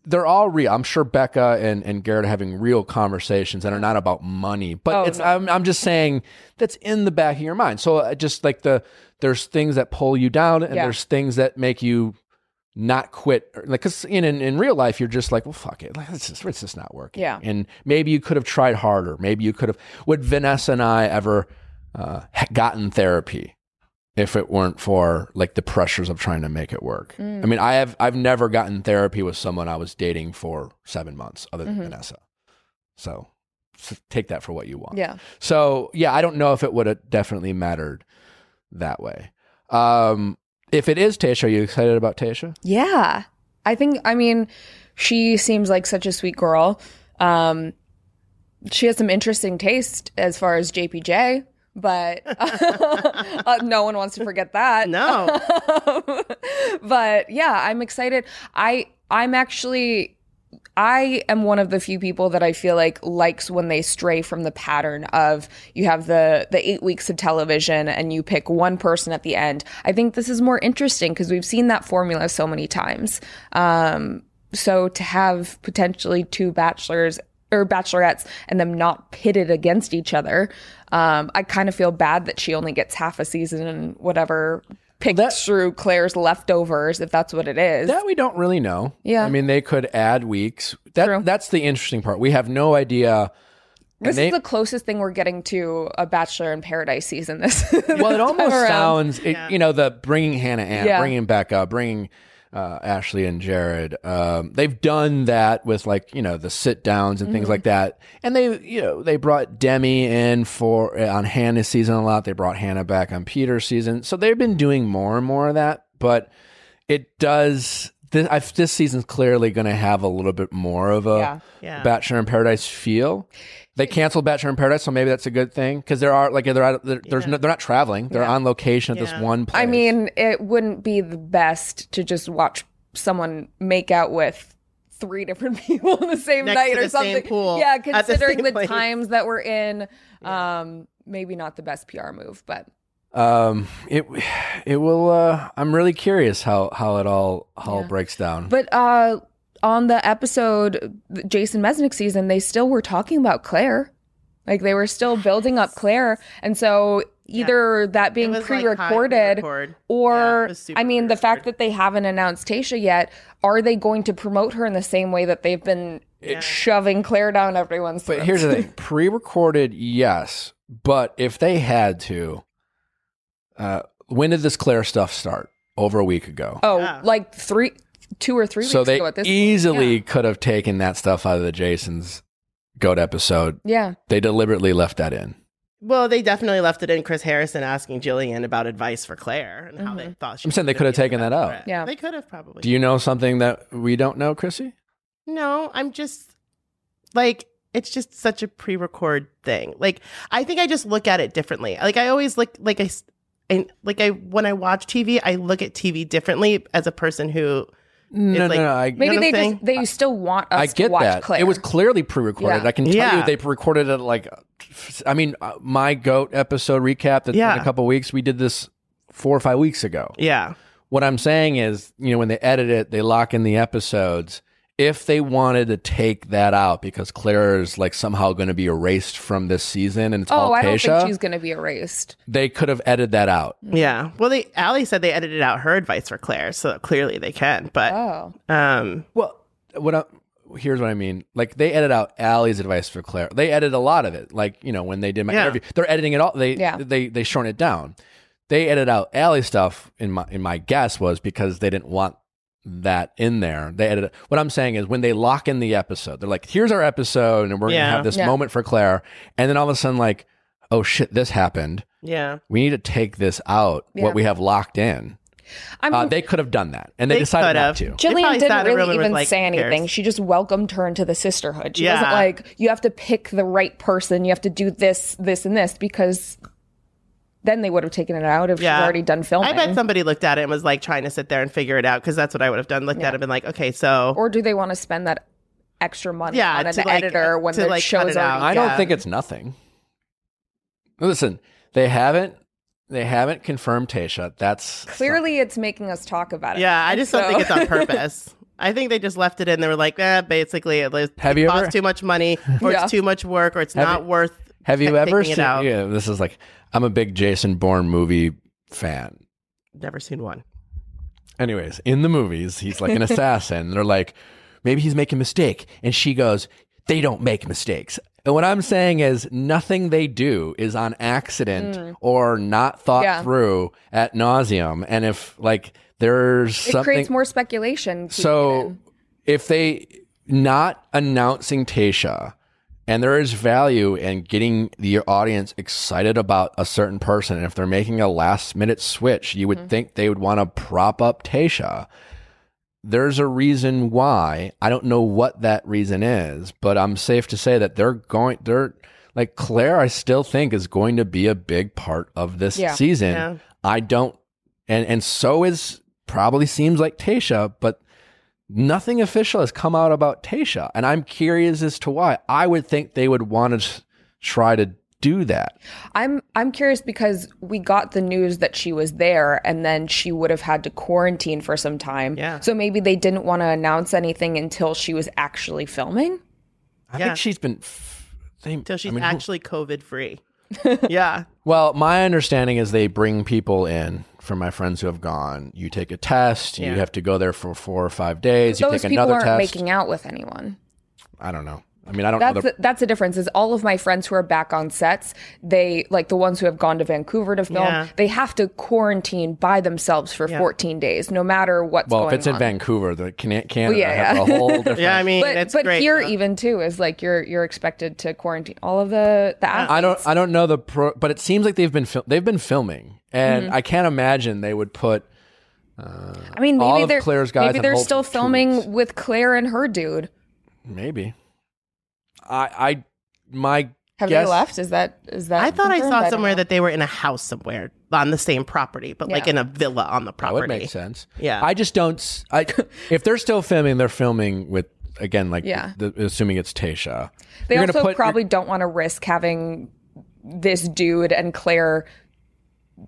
[SPEAKER 2] they're all real. I'm sure Becca and, and Garrett are having real conversations that are not about money, but
[SPEAKER 1] Oh,
[SPEAKER 2] it's,
[SPEAKER 1] no.
[SPEAKER 2] I'm, I'm just saying that's in the back of your mind. So uh, just like the, there's things that pull you down and
[SPEAKER 1] Yeah.
[SPEAKER 2] there's things that make you not quit. Or, Like, cause in, in, in real life, you're just like, well, fuck it. Like, it's just, it's just not working.
[SPEAKER 1] Yeah.
[SPEAKER 2] And maybe you could have tried harder. Maybe you could have, would Vanessa and I ever uh, ha- gotten therapy? if it weren't for like the pressures of trying to make it work.
[SPEAKER 1] Mm.
[SPEAKER 2] I mean, I have I've never gotten therapy with someone I was dating for seven months other
[SPEAKER 1] Mm-hmm.
[SPEAKER 2] than Vanessa. So, s take that for what you want.
[SPEAKER 1] Yeah.
[SPEAKER 2] So yeah, I don't know if it would have definitely mattered that way. Um, if it is Tasha, are you excited about Tasha?
[SPEAKER 1] Yeah. I think I mean she seems like such a sweet girl. Um she has some interesting taste as far as JPJ, but uh, no one wants to forget that.
[SPEAKER 3] No.
[SPEAKER 1] but yeah, I'm excited. I I'm actually I am one of the few people that I feel like likes when they stray from the pattern of you have the the 8 weeks of television and you pick one person at the end. I think this is more interesting because we've seen that formula so many times. Um so to have potentially two bachelors or bachelorettes and them not pitted against each other, um I kind of feel bad that she only gets half a season and whatever picked
[SPEAKER 2] That-
[SPEAKER 1] through Claire's leftovers if that's what it is.
[SPEAKER 2] That we don't really know.
[SPEAKER 1] Yeah.
[SPEAKER 2] I mean, they could add weeks. That
[SPEAKER 1] True.
[SPEAKER 2] that's the interesting part. We have no idea.
[SPEAKER 1] This
[SPEAKER 2] they-
[SPEAKER 1] is the closest thing we're getting to a Bachelor in Paradise season. This
[SPEAKER 2] Well, it almost sounds, it,
[SPEAKER 3] Yeah.
[SPEAKER 2] you know, the bringing Hannah Ann,
[SPEAKER 1] Yeah.
[SPEAKER 2] bringing Becca, bringing uh, Ashley and Jared. Um, they've done that with like you know the sit downs and things
[SPEAKER 1] Mm-hmm.
[SPEAKER 2] like that. And they you know they brought Demi in for uh, on Hannah's season a lot. They brought Hannah back on Peter's season. So they've been doing more and more of that. But it does. This, i this season's clearly going to have a little bit more of a
[SPEAKER 1] Yeah.
[SPEAKER 3] Yeah.
[SPEAKER 2] Bachelor in Paradise feel. They canceled Bachelor in Paradise, so maybe that's a good thing because there are like they're out, they're, there's no, they're not traveling. They're on location at this
[SPEAKER 3] Yeah.
[SPEAKER 2] one place.
[SPEAKER 1] I mean, it wouldn't be the best to just watch someone make out with three different people on the same
[SPEAKER 3] Next
[SPEAKER 1] night
[SPEAKER 3] to
[SPEAKER 1] or
[SPEAKER 3] the same
[SPEAKER 1] something.
[SPEAKER 3] pool
[SPEAKER 1] yeah,
[SPEAKER 3] at the
[SPEAKER 1] considering
[SPEAKER 3] same
[SPEAKER 1] the,
[SPEAKER 3] place.
[SPEAKER 1] times that we're in, um, maybe not the best PR move, but
[SPEAKER 2] um, it it will. Uh, I'm really curious how how it all how
[SPEAKER 1] Yeah.
[SPEAKER 2] it breaks down.
[SPEAKER 1] but uh, on the episode the Jason Mesnick season, they still were talking about Claire, like they were still building up Claire, and so either that being
[SPEAKER 3] It was, like, hot
[SPEAKER 1] pre-recorded
[SPEAKER 3] record. Yeah, it
[SPEAKER 1] Or,
[SPEAKER 3] was super
[SPEAKER 1] I mean, the fact
[SPEAKER 3] weird.
[SPEAKER 1] that they haven't announced Tasha yet, are they going to promote her in the same way that they've been shoving Claire down everyone's
[SPEAKER 2] But
[SPEAKER 1] throats?
[SPEAKER 2] here's the thing: pre-recorded, yes. But if they had to, uh, when did this Claire stuff start? Over a week ago.
[SPEAKER 1] oh,
[SPEAKER 3] Yeah.
[SPEAKER 1] like three, two or three
[SPEAKER 2] so
[SPEAKER 1] weeks
[SPEAKER 2] they
[SPEAKER 1] ago at this
[SPEAKER 2] easily could have taken that stuff out of the Jason's goat episode.
[SPEAKER 1] Yeah.
[SPEAKER 2] They deliberately left that in.
[SPEAKER 3] Well, they definitely left it in Chris Harrison asking Jillian about advice for Claire and how they thought she.
[SPEAKER 2] I'm saying they
[SPEAKER 3] was
[SPEAKER 2] could have
[SPEAKER 3] gonna be
[SPEAKER 2] taken
[SPEAKER 3] the
[SPEAKER 2] that out.
[SPEAKER 3] bachelorette.
[SPEAKER 1] Mm-hmm. Yeah.
[SPEAKER 3] they could have probably.
[SPEAKER 2] Do you know something that we don't know, Chrissy?
[SPEAKER 3] No, I'm just like it's just such a pre-record thing. Like I think I just look at it differently. Like I always look like I s- and like I when I watch TV, I look at TV differently as a person who
[SPEAKER 2] No, no,
[SPEAKER 3] like-
[SPEAKER 2] no. I,
[SPEAKER 1] Maybe
[SPEAKER 3] what
[SPEAKER 1] they
[SPEAKER 3] I'm saying?
[SPEAKER 1] just, they still want us
[SPEAKER 2] I
[SPEAKER 1] to
[SPEAKER 2] get
[SPEAKER 1] watch
[SPEAKER 2] that.
[SPEAKER 1] Claire.
[SPEAKER 2] It was clearly pre-recorded.
[SPEAKER 1] Yeah.
[SPEAKER 2] I can tell
[SPEAKER 3] Yeah.
[SPEAKER 2] you they recorded it like, I mean, uh, my goat episode recap that in
[SPEAKER 3] Yeah.
[SPEAKER 2] a couple weeks we did this four or five weeks ago.
[SPEAKER 3] yeah.
[SPEAKER 2] What I'm saying is, you know, when they edit it, they lock in the episodes. If they wanted to take that out because Claire is like somehow going to be erased from this season and it's all
[SPEAKER 1] oh, I don't
[SPEAKER 2] Tasha,
[SPEAKER 1] think she's going to be erased.
[SPEAKER 2] they could have edited that out.
[SPEAKER 3] Yeah. Well, they Allie said they edited out her advice for Claire, so clearly they can. But
[SPEAKER 1] Oh.
[SPEAKER 3] um
[SPEAKER 2] Well, what I, here's what I mean. Like they edit out Allie's advice for Claire. They edit a lot of it. Like you know when they did my
[SPEAKER 3] Yeah.
[SPEAKER 2] interview, they're editing it all. They
[SPEAKER 1] Yeah.
[SPEAKER 2] they they shorten it down. They edit out Allie's stuff. In my in my guess was because they didn't want that in there. They edit. What I'm saying is when they lock in the episode, they're like, "Here's our episode, and we're
[SPEAKER 3] Yeah.
[SPEAKER 2] gonna have this
[SPEAKER 1] Yeah.
[SPEAKER 2] moment for Claire." And then all of a sudden, like, "Oh shit, this happened.
[SPEAKER 3] yeah.
[SPEAKER 2] We need to take this out.
[SPEAKER 1] Yeah.
[SPEAKER 2] What we have locked in."
[SPEAKER 1] I mean,
[SPEAKER 2] Uh, they could have done that, and they,
[SPEAKER 3] They
[SPEAKER 2] decided
[SPEAKER 3] could
[SPEAKER 2] not
[SPEAKER 3] have.
[SPEAKER 2] to.
[SPEAKER 3] They probably
[SPEAKER 1] Jillian
[SPEAKER 3] sat
[SPEAKER 1] didn't
[SPEAKER 3] in a room
[SPEAKER 1] really
[SPEAKER 3] and was
[SPEAKER 1] even
[SPEAKER 3] like,
[SPEAKER 1] say
[SPEAKER 3] "Who
[SPEAKER 1] anything.
[SPEAKER 3] cares?"
[SPEAKER 1] She just welcomed her into the sisterhood. She wasn't
[SPEAKER 3] Yeah.
[SPEAKER 1] like, you have to pick the right person, you have to do this, this, and this, because then they would have taken it out if she's
[SPEAKER 3] Yeah.
[SPEAKER 1] already done filming.
[SPEAKER 3] I bet somebody looked at it and was like trying to sit there and figure it out because that's what I would have done. Looked at it and been like, okay, so
[SPEAKER 1] or do they want to spend that extra money
[SPEAKER 3] Yeah,
[SPEAKER 1] on an
[SPEAKER 3] to, like,
[SPEAKER 1] editor when
[SPEAKER 3] to,
[SPEAKER 1] the
[SPEAKER 3] like, cut
[SPEAKER 1] show's
[SPEAKER 3] it
[SPEAKER 1] already?
[SPEAKER 3] out.
[SPEAKER 2] I don't
[SPEAKER 3] Yeah.
[SPEAKER 2] think it's nothing. Listen, they haven't they haven't confirmed Tasha. That's
[SPEAKER 1] Clearly, it's making us talk about it.
[SPEAKER 3] yeah, I just don't think
[SPEAKER 1] So-
[SPEAKER 3] it's on purpose. I think they just left it in. They were like, eh, basically, it was-
[SPEAKER 2] Have you
[SPEAKER 3] it costs
[SPEAKER 2] ever-
[SPEAKER 3] too much money, or
[SPEAKER 1] Yeah.
[SPEAKER 3] it's too much work, or it's
[SPEAKER 2] Have
[SPEAKER 3] not
[SPEAKER 2] you-
[SPEAKER 3] worth.
[SPEAKER 2] Have you
[SPEAKER 3] ta-
[SPEAKER 2] ever
[SPEAKER 3] taking it
[SPEAKER 2] seen?
[SPEAKER 3] out.
[SPEAKER 2] Yeah, this is like I'm a big Jason Bourne movie fan.
[SPEAKER 3] Never seen one.
[SPEAKER 2] Anyways, in the movies, he's like an assassin. They're like, maybe he's making a mistake, and she goes, "They don't make mistakes." And what I'm saying is, nothing they do is on accident
[SPEAKER 3] Hmm.
[SPEAKER 2] or not thought
[SPEAKER 1] Yeah.
[SPEAKER 2] through at nauseum. And if like there's
[SPEAKER 1] it
[SPEAKER 2] something
[SPEAKER 1] creates more speculation. keeping it
[SPEAKER 2] So
[SPEAKER 1] in.
[SPEAKER 2] if they not announcing Tasha and there is value in getting the audience excited about a certain person, and if they're making a last minute switch, you would
[SPEAKER 1] Mm-hmm.
[SPEAKER 2] think they would want to prop up Tasha. There's a reason why. I don't know what that reason is, but I'm safe to say that they're going they're like Claire, I still think is going to be a big part of this
[SPEAKER 1] Yeah.
[SPEAKER 2] season.
[SPEAKER 3] Yeah.
[SPEAKER 2] I don't and and so is probably seems like Tasha, but nothing official has come out about Tasha, and I'm curious as to why. I would think they would want to try to do that.
[SPEAKER 1] I'm I'm curious because we got the news that she was there and then she would have had to quarantine for some time.
[SPEAKER 3] Yeah.
[SPEAKER 1] So maybe they didn't want to announce anything until she was actually filming.
[SPEAKER 2] I
[SPEAKER 3] Yeah.
[SPEAKER 2] think she's been. F- they,
[SPEAKER 3] Till she's
[SPEAKER 2] I mean, who-
[SPEAKER 3] actually COVID free. yeah.
[SPEAKER 2] Well, my understanding is they bring people in from my friends who have gone. You take a test. You
[SPEAKER 3] Yeah.
[SPEAKER 2] have to go there for four or five days. You
[SPEAKER 1] Those
[SPEAKER 2] take
[SPEAKER 1] people
[SPEAKER 2] another
[SPEAKER 1] aren't
[SPEAKER 2] test.
[SPEAKER 1] making out with anyone.
[SPEAKER 2] I don't know. I mean, I don't know.
[SPEAKER 1] That's
[SPEAKER 2] The,
[SPEAKER 1] the, that's the difference. Is all of my friends who are back on sets, they like the ones who have gone to Vancouver to film,
[SPEAKER 3] Yeah.
[SPEAKER 1] they have to quarantine by themselves for 14 days, no matter what's
[SPEAKER 2] well, if
[SPEAKER 1] going
[SPEAKER 2] it's
[SPEAKER 1] on.
[SPEAKER 2] in Vancouver, the Can- Canada
[SPEAKER 1] yeah,
[SPEAKER 2] has
[SPEAKER 1] yeah.
[SPEAKER 2] a whole different.
[SPEAKER 3] Yeah, I mean,
[SPEAKER 1] but
[SPEAKER 3] it's
[SPEAKER 1] but
[SPEAKER 3] great.
[SPEAKER 1] here
[SPEAKER 3] yeah.
[SPEAKER 1] even too is like you're you're expected to quarantine all of the the athletes.
[SPEAKER 2] I don't. I don't know the pro, but it seems like they've been fil- they've been filming, and
[SPEAKER 1] Mm-hmm.
[SPEAKER 2] I can't imagine they would put.
[SPEAKER 1] I mean,
[SPEAKER 2] all
[SPEAKER 1] maybe
[SPEAKER 2] of
[SPEAKER 1] they're
[SPEAKER 2] Claire's guys
[SPEAKER 1] maybe
[SPEAKER 2] on
[SPEAKER 1] they're
[SPEAKER 2] hold
[SPEAKER 1] still
[SPEAKER 2] for two weeks.
[SPEAKER 1] filming with Claire and her dude.
[SPEAKER 2] Maybe. I I my
[SPEAKER 1] Have
[SPEAKER 2] guess,
[SPEAKER 1] they left? Is that is that?
[SPEAKER 3] I thought I
[SPEAKER 1] confirmed?
[SPEAKER 3] saw
[SPEAKER 1] don't
[SPEAKER 3] somewhere
[SPEAKER 1] know.
[SPEAKER 3] that they were in a house somewhere on the same property, but like
[SPEAKER 1] Yeah.
[SPEAKER 3] in a villa on the
[SPEAKER 2] That
[SPEAKER 3] property.
[SPEAKER 2] would make sense.
[SPEAKER 3] Yeah.
[SPEAKER 2] I just don't. s- I if they're still filming, they're filming with again like
[SPEAKER 1] Yeah.
[SPEAKER 2] the, assuming it's Tasha.
[SPEAKER 1] they
[SPEAKER 2] You're gonna
[SPEAKER 1] also
[SPEAKER 2] put-
[SPEAKER 1] probably don't want to risk having this dude and Claire.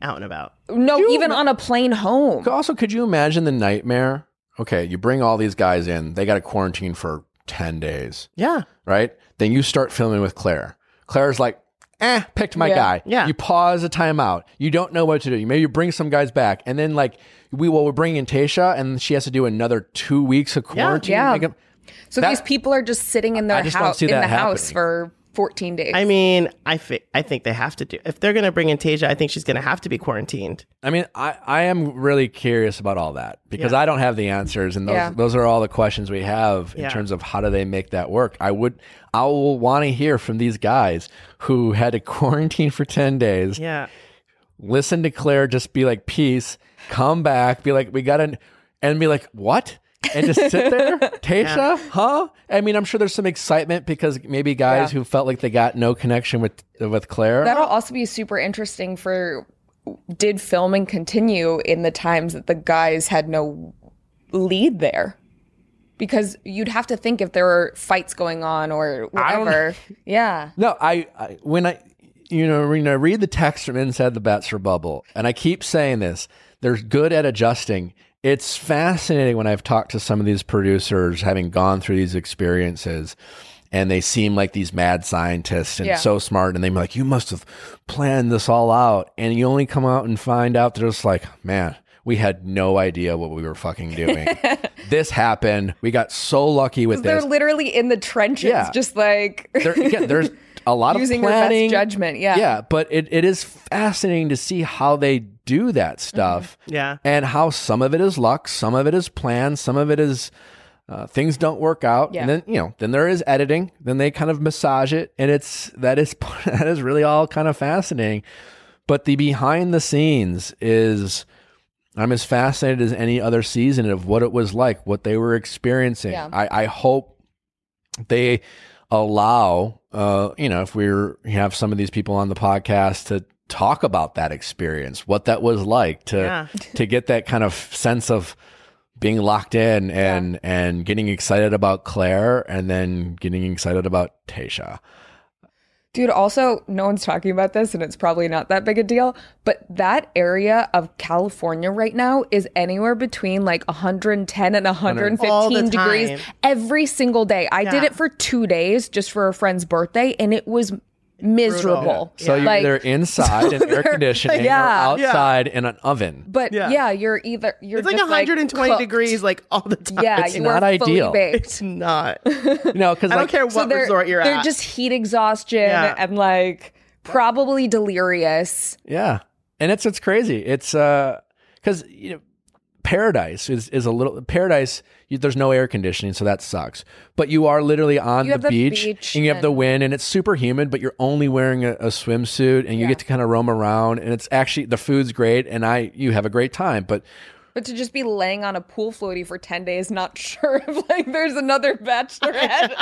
[SPEAKER 3] Out and about.
[SPEAKER 1] No, even on a plane home.
[SPEAKER 2] Also, could you imagine the nightmare? Okay, you bring all these guys in. They got to quarantine for ten days,
[SPEAKER 3] Yeah.
[SPEAKER 2] right? Then you start filming with Claire. Claire's like, eh, picked my
[SPEAKER 1] Yeah.
[SPEAKER 2] guy.
[SPEAKER 3] Yeah.
[SPEAKER 2] You pause a timeout. You don't know what to do. You maybe you bring some guys back, and then like we will we bring in Tasha, and she has to do another two weeks of quarantine.
[SPEAKER 1] Yeah.
[SPEAKER 2] Make it-
[SPEAKER 1] So
[SPEAKER 2] That-
[SPEAKER 1] these people are just sitting in their
[SPEAKER 2] just don't
[SPEAKER 1] house
[SPEAKER 2] see
[SPEAKER 1] in the
[SPEAKER 2] that
[SPEAKER 1] house
[SPEAKER 2] happening.
[SPEAKER 1] for 14 days.
[SPEAKER 3] I mean, I fi- I think they have to do. If they're going to bring in Tasia, I think she's going to have to be quarantined.
[SPEAKER 2] I mean, I, I am really curious about all that because I don't have the answers, and those
[SPEAKER 1] Yeah.
[SPEAKER 2] those are all the questions we have in
[SPEAKER 3] Yeah.
[SPEAKER 2] terms of how do they make that work. I would I will want to hear from these guys who had to quarantine for ten days,
[SPEAKER 3] Yeah.
[SPEAKER 2] listen to Claire, just be like peace, come back, be like we got to, and be like what. and just sit there, Tasha, huh? I mean, I'm sure there's some excitement because maybe guys who felt like they got no connection with with Claire.
[SPEAKER 1] That'll also be super interesting for did filming continue in the times that the guys had no lead there? Because you'd have to think if there were fights going on or
[SPEAKER 2] don't-
[SPEAKER 1] whatever. Yeah.
[SPEAKER 2] No, I, I when I you know when I read the text from inside the Betzer bubble, and I keep saying this, they're good at adjusting. It's fascinating when I've talked to some of these producers, having gone through these experiences, and they seem like these mad scientists and
[SPEAKER 1] Yeah.
[SPEAKER 2] so smart, and they're like, "You must have planned this all out," and you only come out and find out they're just like, "Man." We had no idea what we were fucking doing. this happened. We got so lucky with
[SPEAKER 1] They're
[SPEAKER 2] this.
[SPEAKER 1] literally in the trenches,
[SPEAKER 2] Yeah.
[SPEAKER 1] just like
[SPEAKER 2] There, again, there's a lot
[SPEAKER 1] using their
[SPEAKER 2] of
[SPEAKER 1] best
[SPEAKER 2] planning,
[SPEAKER 1] judgment, yeah.
[SPEAKER 2] yeah. But it, it is fascinating to see how they do
[SPEAKER 1] Mm-hmm.
[SPEAKER 2] that stuff.
[SPEAKER 3] Yeah.
[SPEAKER 2] and how some of it is luck, some of it is planned, some of it is uh, things don't work out,
[SPEAKER 1] Yeah.
[SPEAKER 2] and then you know, then there is editing. Then they kind of massage it, and it's that is that is really all kind of fascinating. But the behind the scenes is. I'm as fascinated as any other season of what it was like, what they were experiencing.
[SPEAKER 1] Yeah.
[SPEAKER 2] I, I hope they allow uh you know if we're we have some of these people on the podcast to talk about that experience what that was like to
[SPEAKER 3] Yeah.
[SPEAKER 2] to get that kind of sense of being locked in and and getting excited about Claire and then getting excited about Tasha
[SPEAKER 1] Dude, also, no one's talking about this, and it's probably not that big a deal, but that area of California right now is anywhere between like 110 and 115
[SPEAKER 3] All the
[SPEAKER 1] degrees
[SPEAKER 3] time.
[SPEAKER 1] every single day. I did
[SPEAKER 3] Yeah.
[SPEAKER 1] it for two days just for a friend's birthday, and it was miserable.
[SPEAKER 2] so you're
[SPEAKER 1] Like,
[SPEAKER 2] either inside in air conditioning
[SPEAKER 1] Yeah.
[SPEAKER 2] or outside in an oven
[SPEAKER 1] but yeah.
[SPEAKER 3] Yeah.
[SPEAKER 1] you're either you're
[SPEAKER 3] It's like
[SPEAKER 1] just,
[SPEAKER 3] 120
[SPEAKER 1] cooked.
[SPEAKER 3] degrees like all the time.
[SPEAKER 1] Yeah,
[SPEAKER 2] It's
[SPEAKER 1] you
[SPEAKER 2] not
[SPEAKER 1] are fully
[SPEAKER 2] ideal.
[SPEAKER 1] baked.
[SPEAKER 3] It's not.
[SPEAKER 2] you know because
[SPEAKER 3] I don't
[SPEAKER 2] like,
[SPEAKER 3] care what
[SPEAKER 1] they're,
[SPEAKER 3] resort you're
[SPEAKER 1] they're
[SPEAKER 3] at.
[SPEAKER 1] just heat exhaustion
[SPEAKER 3] Yeah.
[SPEAKER 1] and like probably delirious.
[SPEAKER 2] Yeah. And it's it's crazy. It's uh cuz you know paradise is is a little paradise you, there's no air conditioning so that sucks. But you are literally on
[SPEAKER 1] You
[SPEAKER 2] the
[SPEAKER 1] have the
[SPEAKER 2] beach,
[SPEAKER 1] beach
[SPEAKER 2] and you have the
[SPEAKER 1] and-
[SPEAKER 2] wind and it's super humid but you're only wearing a, a swimsuit and you get to kind of roam around and it's actually the food's great and I you have a great time but
[SPEAKER 1] But to just be laying on a pool floaty for 10 days, not sure if like there's another bachelorette.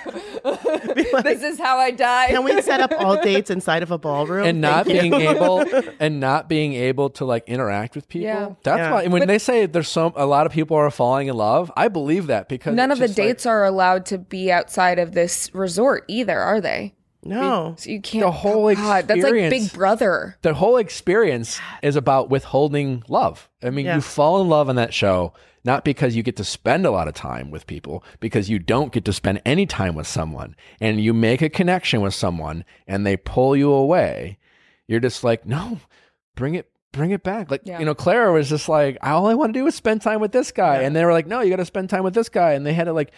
[SPEAKER 1] like, this is how I die.
[SPEAKER 3] Can we set up all dates inside of a
[SPEAKER 1] Oh,
[SPEAKER 3] ballroom?
[SPEAKER 2] and not
[SPEAKER 3] Thank
[SPEAKER 2] being
[SPEAKER 3] you.
[SPEAKER 2] able and not being able to like interact with people.
[SPEAKER 1] Yeah.
[SPEAKER 2] That's
[SPEAKER 3] Yeah.
[SPEAKER 2] why when they say there's so a lot of people are falling in love, I believe that because
[SPEAKER 1] None of
[SPEAKER 2] it's
[SPEAKER 1] the
[SPEAKER 2] just like,
[SPEAKER 1] dates are allowed to be outside of this resort either, are they?
[SPEAKER 3] No.
[SPEAKER 1] So you can't.
[SPEAKER 2] The whole
[SPEAKER 1] God, that's like
[SPEAKER 2] experience-
[SPEAKER 1] Big Brother.
[SPEAKER 2] the whole experience is about withholding love. I mean,
[SPEAKER 3] Yeah.
[SPEAKER 2] you fall in love on that show not because you get to spend a lot of time with people, because you don't get to spend any time with someone and you make a connection with someone and they pull you away. You're just like, "No, bring it bring it back." Like,
[SPEAKER 1] Yeah.
[SPEAKER 2] you know, Clara was just like, "All I want to do is spend time with this guy." And they were like, "No, you got to spend time with this guy." And they had to like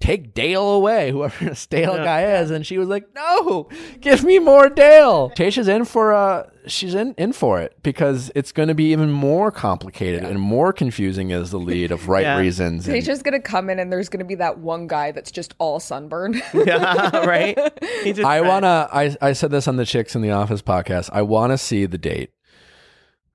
[SPEAKER 2] Take Dale away, whoever this Dale
[SPEAKER 3] Yeah.
[SPEAKER 2] guy is, and she was like, "No, give me more Dale." Tasha's in for uh, she's in in for it because it's going to be even more complicated and more confusing as the lead of right
[SPEAKER 3] Yeah.
[SPEAKER 2] reasons. and-
[SPEAKER 1] He's just gonna come in and there's gonna be that one guy that's just all sunburned.
[SPEAKER 3] Yeah, right? He just
[SPEAKER 2] I
[SPEAKER 3] read.
[SPEAKER 2] wanna. I I said this on the Chicks in the Office podcast. I wanna see the date.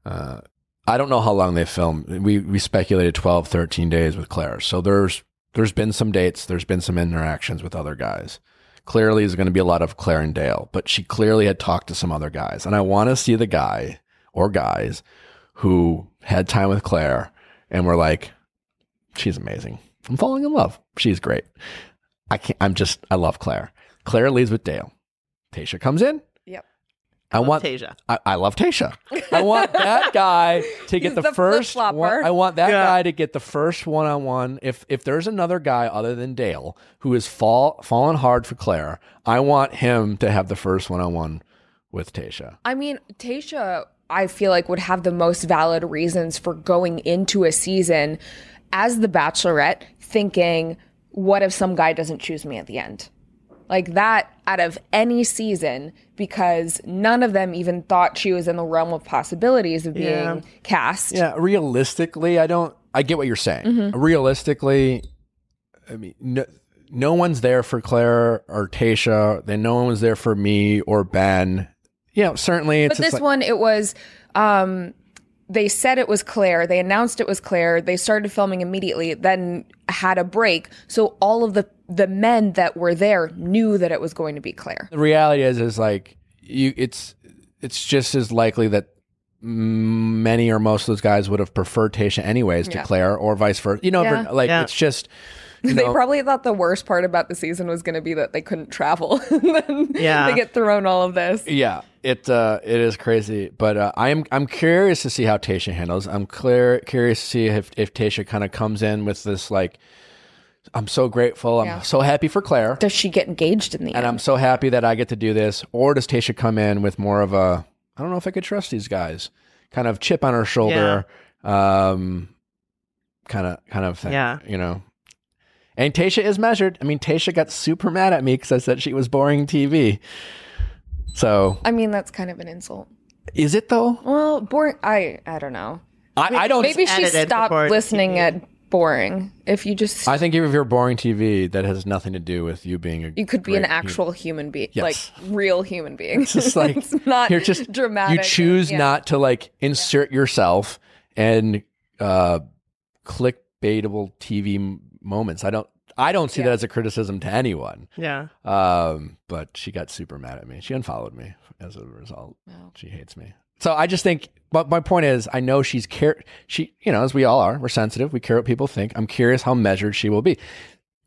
[SPEAKER 2] Uh, I don't know how long they filmed. We we speculated 12, 13 days with Claire. So there's there's been some dates. There's been some interactions with other guys. Clearly, there's going to be a lot of Claire and Dale, but she clearly had talked to some other guys, and I want to see the guy or guys who had time with Claire and were like, "She's amazing. I'm falling in love. She's great. I can't. I'm just. I love Claire. Claire leaves with Dale. Tasha comes in.
[SPEAKER 1] Yep.
[SPEAKER 2] I,
[SPEAKER 3] Love
[SPEAKER 2] want.
[SPEAKER 3] Tasia.
[SPEAKER 2] I, I love Tasha. I want that guy to get
[SPEAKER 1] He's
[SPEAKER 2] the,
[SPEAKER 1] the
[SPEAKER 2] first
[SPEAKER 1] flip-flopper.
[SPEAKER 2] one. I want that
[SPEAKER 3] Yeah.
[SPEAKER 2] guy to get the first one on one. If if there's another guy other than Dale who is fall fallen hard for Claire, I want him to have the first one on one with Tasha.
[SPEAKER 1] I mean, Tasha, I feel like would have the most valid reasons for going into a season as the bachelorette thinking, what if some guy doesn't choose me at the end? Like that out of any season because none of them even thought she was in the realm of possibilities of being
[SPEAKER 3] Yeah.
[SPEAKER 1] cast.
[SPEAKER 2] Yeah, realistically, I don't. I get what you're saying.
[SPEAKER 1] Mm-hmm.
[SPEAKER 2] Realistically, I mean, no, no one's there for Claire or Tasha. Then no one was there for me or Ben. Yeah, certainly. It's
[SPEAKER 1] But this
[SPEAKER 2] it's like,
[SPEAKER 1] one, it was. Um, they said it was Claire. They announced it was Claire. They started filming immediately, then had a break. So all of the the men that were there knew that it was going to be Claire.
[SPEAKER 2] the reality is, is like you. It's it's just as likely that many or most of those guys would have preferred Tasha anyways to Claire or vice versa. You know,
[SPEAKER 1] Yeah.
[SPEAKER 2] for- like
[SPEAKER 3] Yeah.
[SPEAKER 2] it's just. You
[SPEAKER 1] They
[SPEAKER 2] know,
[SPEAKER 1] probably thought the worst part about the season was going to be that they couldn't travel. and then
[SPEAKER 3] Yeah.
[SPEAKER 1] they get thrown all of this.
[SPEAKER 2] Yeah, it uh, it is crazy, but uh, I'm I'm curious to see how Tasha handles. I'm clear curious to see if if Tasha kind of comes in with this like, I'm so grateful, I'm
[SPEAKER 1] Yeah.
[SPEAKER 2] so happy for Claire,
[SPEAKER 1] Does she get engaged in the
[SPEAKER 2] and
[SPEAKER 1] end?
[SPEAKER 2] I'm so happy that I get to do this, or does Tasha come in with more of a I don't know if I could trust these guys, kind of chip on her shoulder, um, kind of kind of thing,
[SPEAKER 3] Yeah.
[SPEAKER 2] you know. And Tasha is measured. I mean, Tasha got super mad at me because I said she was boring TV. So
[SPEAKER 1] I mean, that's kind of an insult.
[SPEAKER 2] is it though?
[SPEAKER 1] Well, boring. I I don't know.
[SPEAKER 2] I, I don't.
[SPEAKER 1] Maybe she
[SPEAKER 3] edited
[SPEAKER 1] stopped
[SPEAKER 3] before-
[SPEAKER 1] listening at boring. If you just
[SPEAKER 2] I think if you're boring TV, that has nothing to do with you being a.
[SPEAKER 1] you could be an
[SPEAKER 2] great
[SPEAKER 1] actual human being,
[SPEAKER 2] Yes.
[SPEAKER 1] like real human being.
[SPEAKER 2] human- It's just like
[SPEAKER 1] it's not
[SPEAKER 2] you're just
[SPEAKER 1] dramatic.
[SPEAKER 2] You choose
[SPEAKER 1] Yeah.
[SPEAKER 2] not to like insert yourself and uh, clickbaitable TV m- moments. I don't. I don't see
[SPEAKER 1] Yeah.
[SPEAKER 2] that as a criticism to anyone.
[SPEAKER 3] Yeah.
[SPEAKER 2] Um, but she got super mad at me. She unfollowed me as a result.
[SPEAKER 1] Wow.
[SPEAKER 2] She hates me. So I just think. But my point is, I know she's care. She, you know, as we all are, we're sensitive. We care what people think. I'm curious how measured she will be.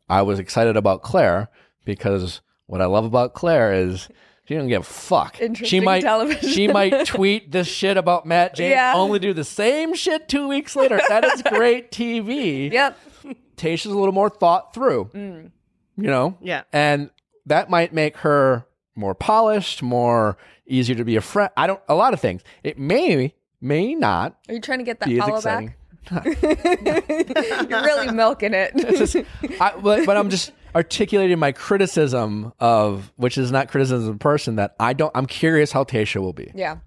[SPEAKER 2] I was excited about Claire because what I love about Claire is she doesn't give a fuck. She
[SPEAKER 1] Interesting
[SPEAKER 2] might
[SPEAKER 1] television.
[SPEAKER 2] she might tweet this shit about Matt James,
[SPEAKER 1] Yeah.
[SPEAKER 2] only do the same shit two weeks later. That is great TV.
[SPEAKER 1] Yep.
[SPEAKER 2] Tasha's a little more thought through.
[SPEAKER 1] Mm.
[SPEAKER 2] You know?
[SPEAKER 3] Yeah.
[SPEAKER 2] And that might make her more polished, more easier to be a friend. I don't a lot of things. It may may not
[SPEAKER 1] Are you trying to get that
[SPEAKER 2] be as
[SPEAKER 1] follow
[SPEAKER 2] exciting.
[SPEAKER 1] back? You're really milking it.
[SPEAKER 2] It's just- I, but, but I'm just articulating my criticism of which is not criticism of the person that I don't I'm curious how Tasha will be.
[SPEAKER 1] yeah.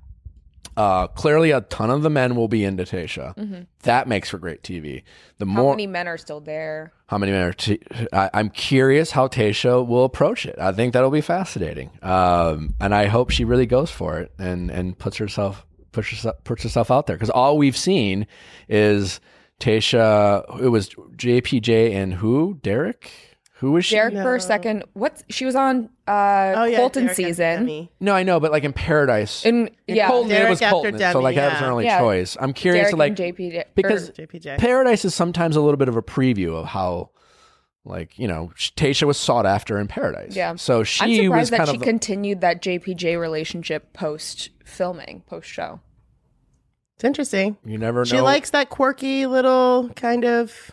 [SPEAKER 2] Uh, clearly a ton of the men will be into Tasha. That makes for great TV. The
[SPEAKER 1] Mm-hmm. How
[SPEAKER 2] more
[SPEAKER 1] many men are still there?
[SPEAKER 2] how many men are t- I, I'm curious how Tasha will approach it. I think that'll be fascinating. Um, and I hope she really goes for it and, and puts herself push yourself, put yourself out there because all we've seen is Tasha. It was JPJ and who? Derek. Who was she?
[SPEAKER 1] Derek for a second. What she was on uh
[SPEAKER 3] Oh yeah,
[SPEAKER 1] Colton
[SPEAKER 3] Derek and
[SPEAKER 1] season.
[SPEAKER 3] Demi.
[SPEAKER 2] No, I know, but like in Paradise,
[SPEAKER 1] And
[SPEAKER 2] in
[SPEAKER 1] yeah,
[SPEAKER 2] Colton, it
[SPEAKER 3] Derek
[SPEAKER 2] was
[SPEAKER 3] after
[SPEAKER 2] Colton, so
[SPEAKER 3] Demi,
[SPEAKER 2] like that was
[SPEAKER 3] yeah.
[SPEAKER 2] her only
[SPEAKER 1] Yeah.
[SPEAKER 2] choice. I'm curious,
[SPEAKER 1] Derek
[SPEAKER 2] like
[SPEAKER 1] and JP
[SPEAKER 2] because
[SPEAKER 1] because
[SPEAKER 3] JPJ.
[SPEAKER 2] Paradise is sometimes a little bit of a preview of how, like you know, sh- Tasha was sought after in Paradise.
[SPEAKER 1] Yeah.
[SPEAKER 2] so
[SPEAKER 1] I'm
[SPEAKER 2] she was
[SPEAKER 1] surprised
[SPEAKER 2] kind
[SPEAKER 1] that she
[SPEAKER 2] of the-
[SPEAKER 1] continued that JPJ relationship post filming, post show.
[SPEAKER 3] It's interesting.
[SPEAKER 2] you never know.
[SPEAKER 3] She likes that quirky little kind of.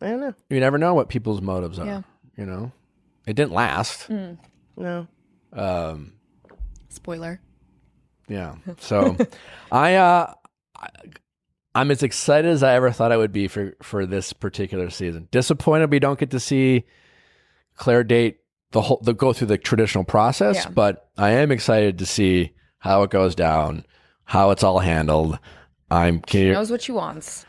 [SPEAKER 3] I don't know.
[SPEAKER 2] you never know what people's motives are.
[SPEAKER 1] Yeah. Mm.
[SPEAKER 2] You know, it didn't last.
[SPEAKER 3] No.
[SPEAKER 2] Um,
[SPEAKER 1] Spoiler.
[SPEAKER 2] yeah. So, I, uh, I- I'm as excited as I ever thought I would be for for this particular season. Disappointed we don't get to see Claire date the whole the go through the traditional process,
[SPEAKER 1] Yeah.
[SPEAKER 2] but I am excited to see how it goes down, how it's all handled. I'm curious.
[SPEAKER 1] Knows what she wants.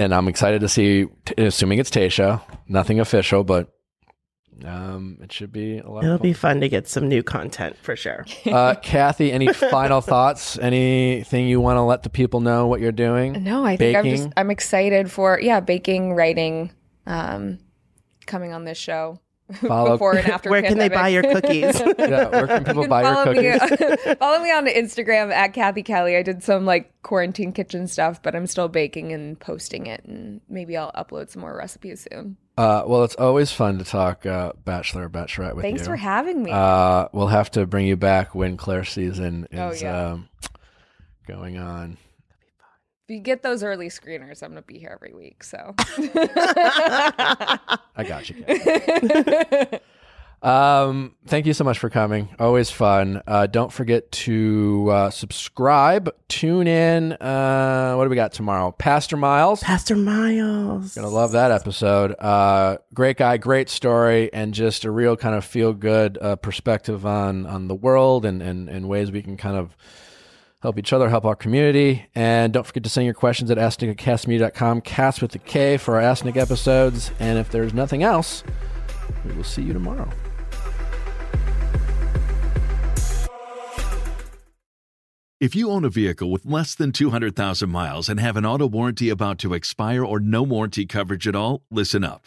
[SPEAKER 2] and I'm excited to see. T- assuming it's Tasha, nothing official, but um, it should be a lot.
[SPEAKER 3] It'll
[SPEAKER 2] of fun.
[SPEAKER 3] be fun to get some new content for sure.
[SPEAKER 2] uh, Kathy, any final thoughts? Anything you want to let the people know what you're doing?
[SPEAKER 1] No, I think I'm
[SPEAKER 2] Baking?
[SPEAKER 1] just I'm excited for yeah, baking, writing, um, coming on this show.
[SPEAKER 2] Follow-
[SPEAKER 1] Before and after
[SPEAKER 3] Where can they buy your
[SPEAKER 1] pandemic.
[SPEAKER 3] cookies?
[SPEAKER 2] Yeah, where can people
[SPEAKER 1] You can
[SPEAKER 2] buy your
[SPEAKER 1] follow
[SPEAKER 2] cookies?
[SPEAKER 1] Me, follow me on Instagram at Kathy Kelly. I did some like quarantine kitchen stuff, but I'm still baking and posting it, and maybe I'll upload some more recipes soon.
[SPEAKER 2] Uh, well, it's always fun to talk uh, Bachelor or Bachelorette with
[SPEAKER 1] Thanks
[SPEAKER 2] you.
[SPEAKER 1] for having me.
[SPEAKER 2] uh, we'll have to bring you back when Claire season is
[SPEAKER 1] Oh, yeah.
[SPEAKER 2] um, going on.
[SPEAKER 1] if you get those early screeners, I'm gonna be here every week. So
[SPEAKER 2] I got you. Kathy. um, thank you so much for coming. Always fun. Uh, don't forget to uh, subscribe. Tune in. Uh, what do we got tomorrow? Pastor Miles.
[SPEAKER 3] Pastor Miles.
[SPEAKER 2] Gonna love that episode. Uh, great guy, great story, and just a real kind of feel good uh, perspective on on the world and, and and ways we can kind of help each other, help our community. And don't forget to send your questions at asknickatcastmedia.com, cast with the K for our Ask Nick episodes. And if there's nothing else, we will see you tomorrow.
[SPEAKER 4] If you own a vehicle with less than 200,000 miles and have an auto warranty about to expire or no warranty coverage at all, listen up.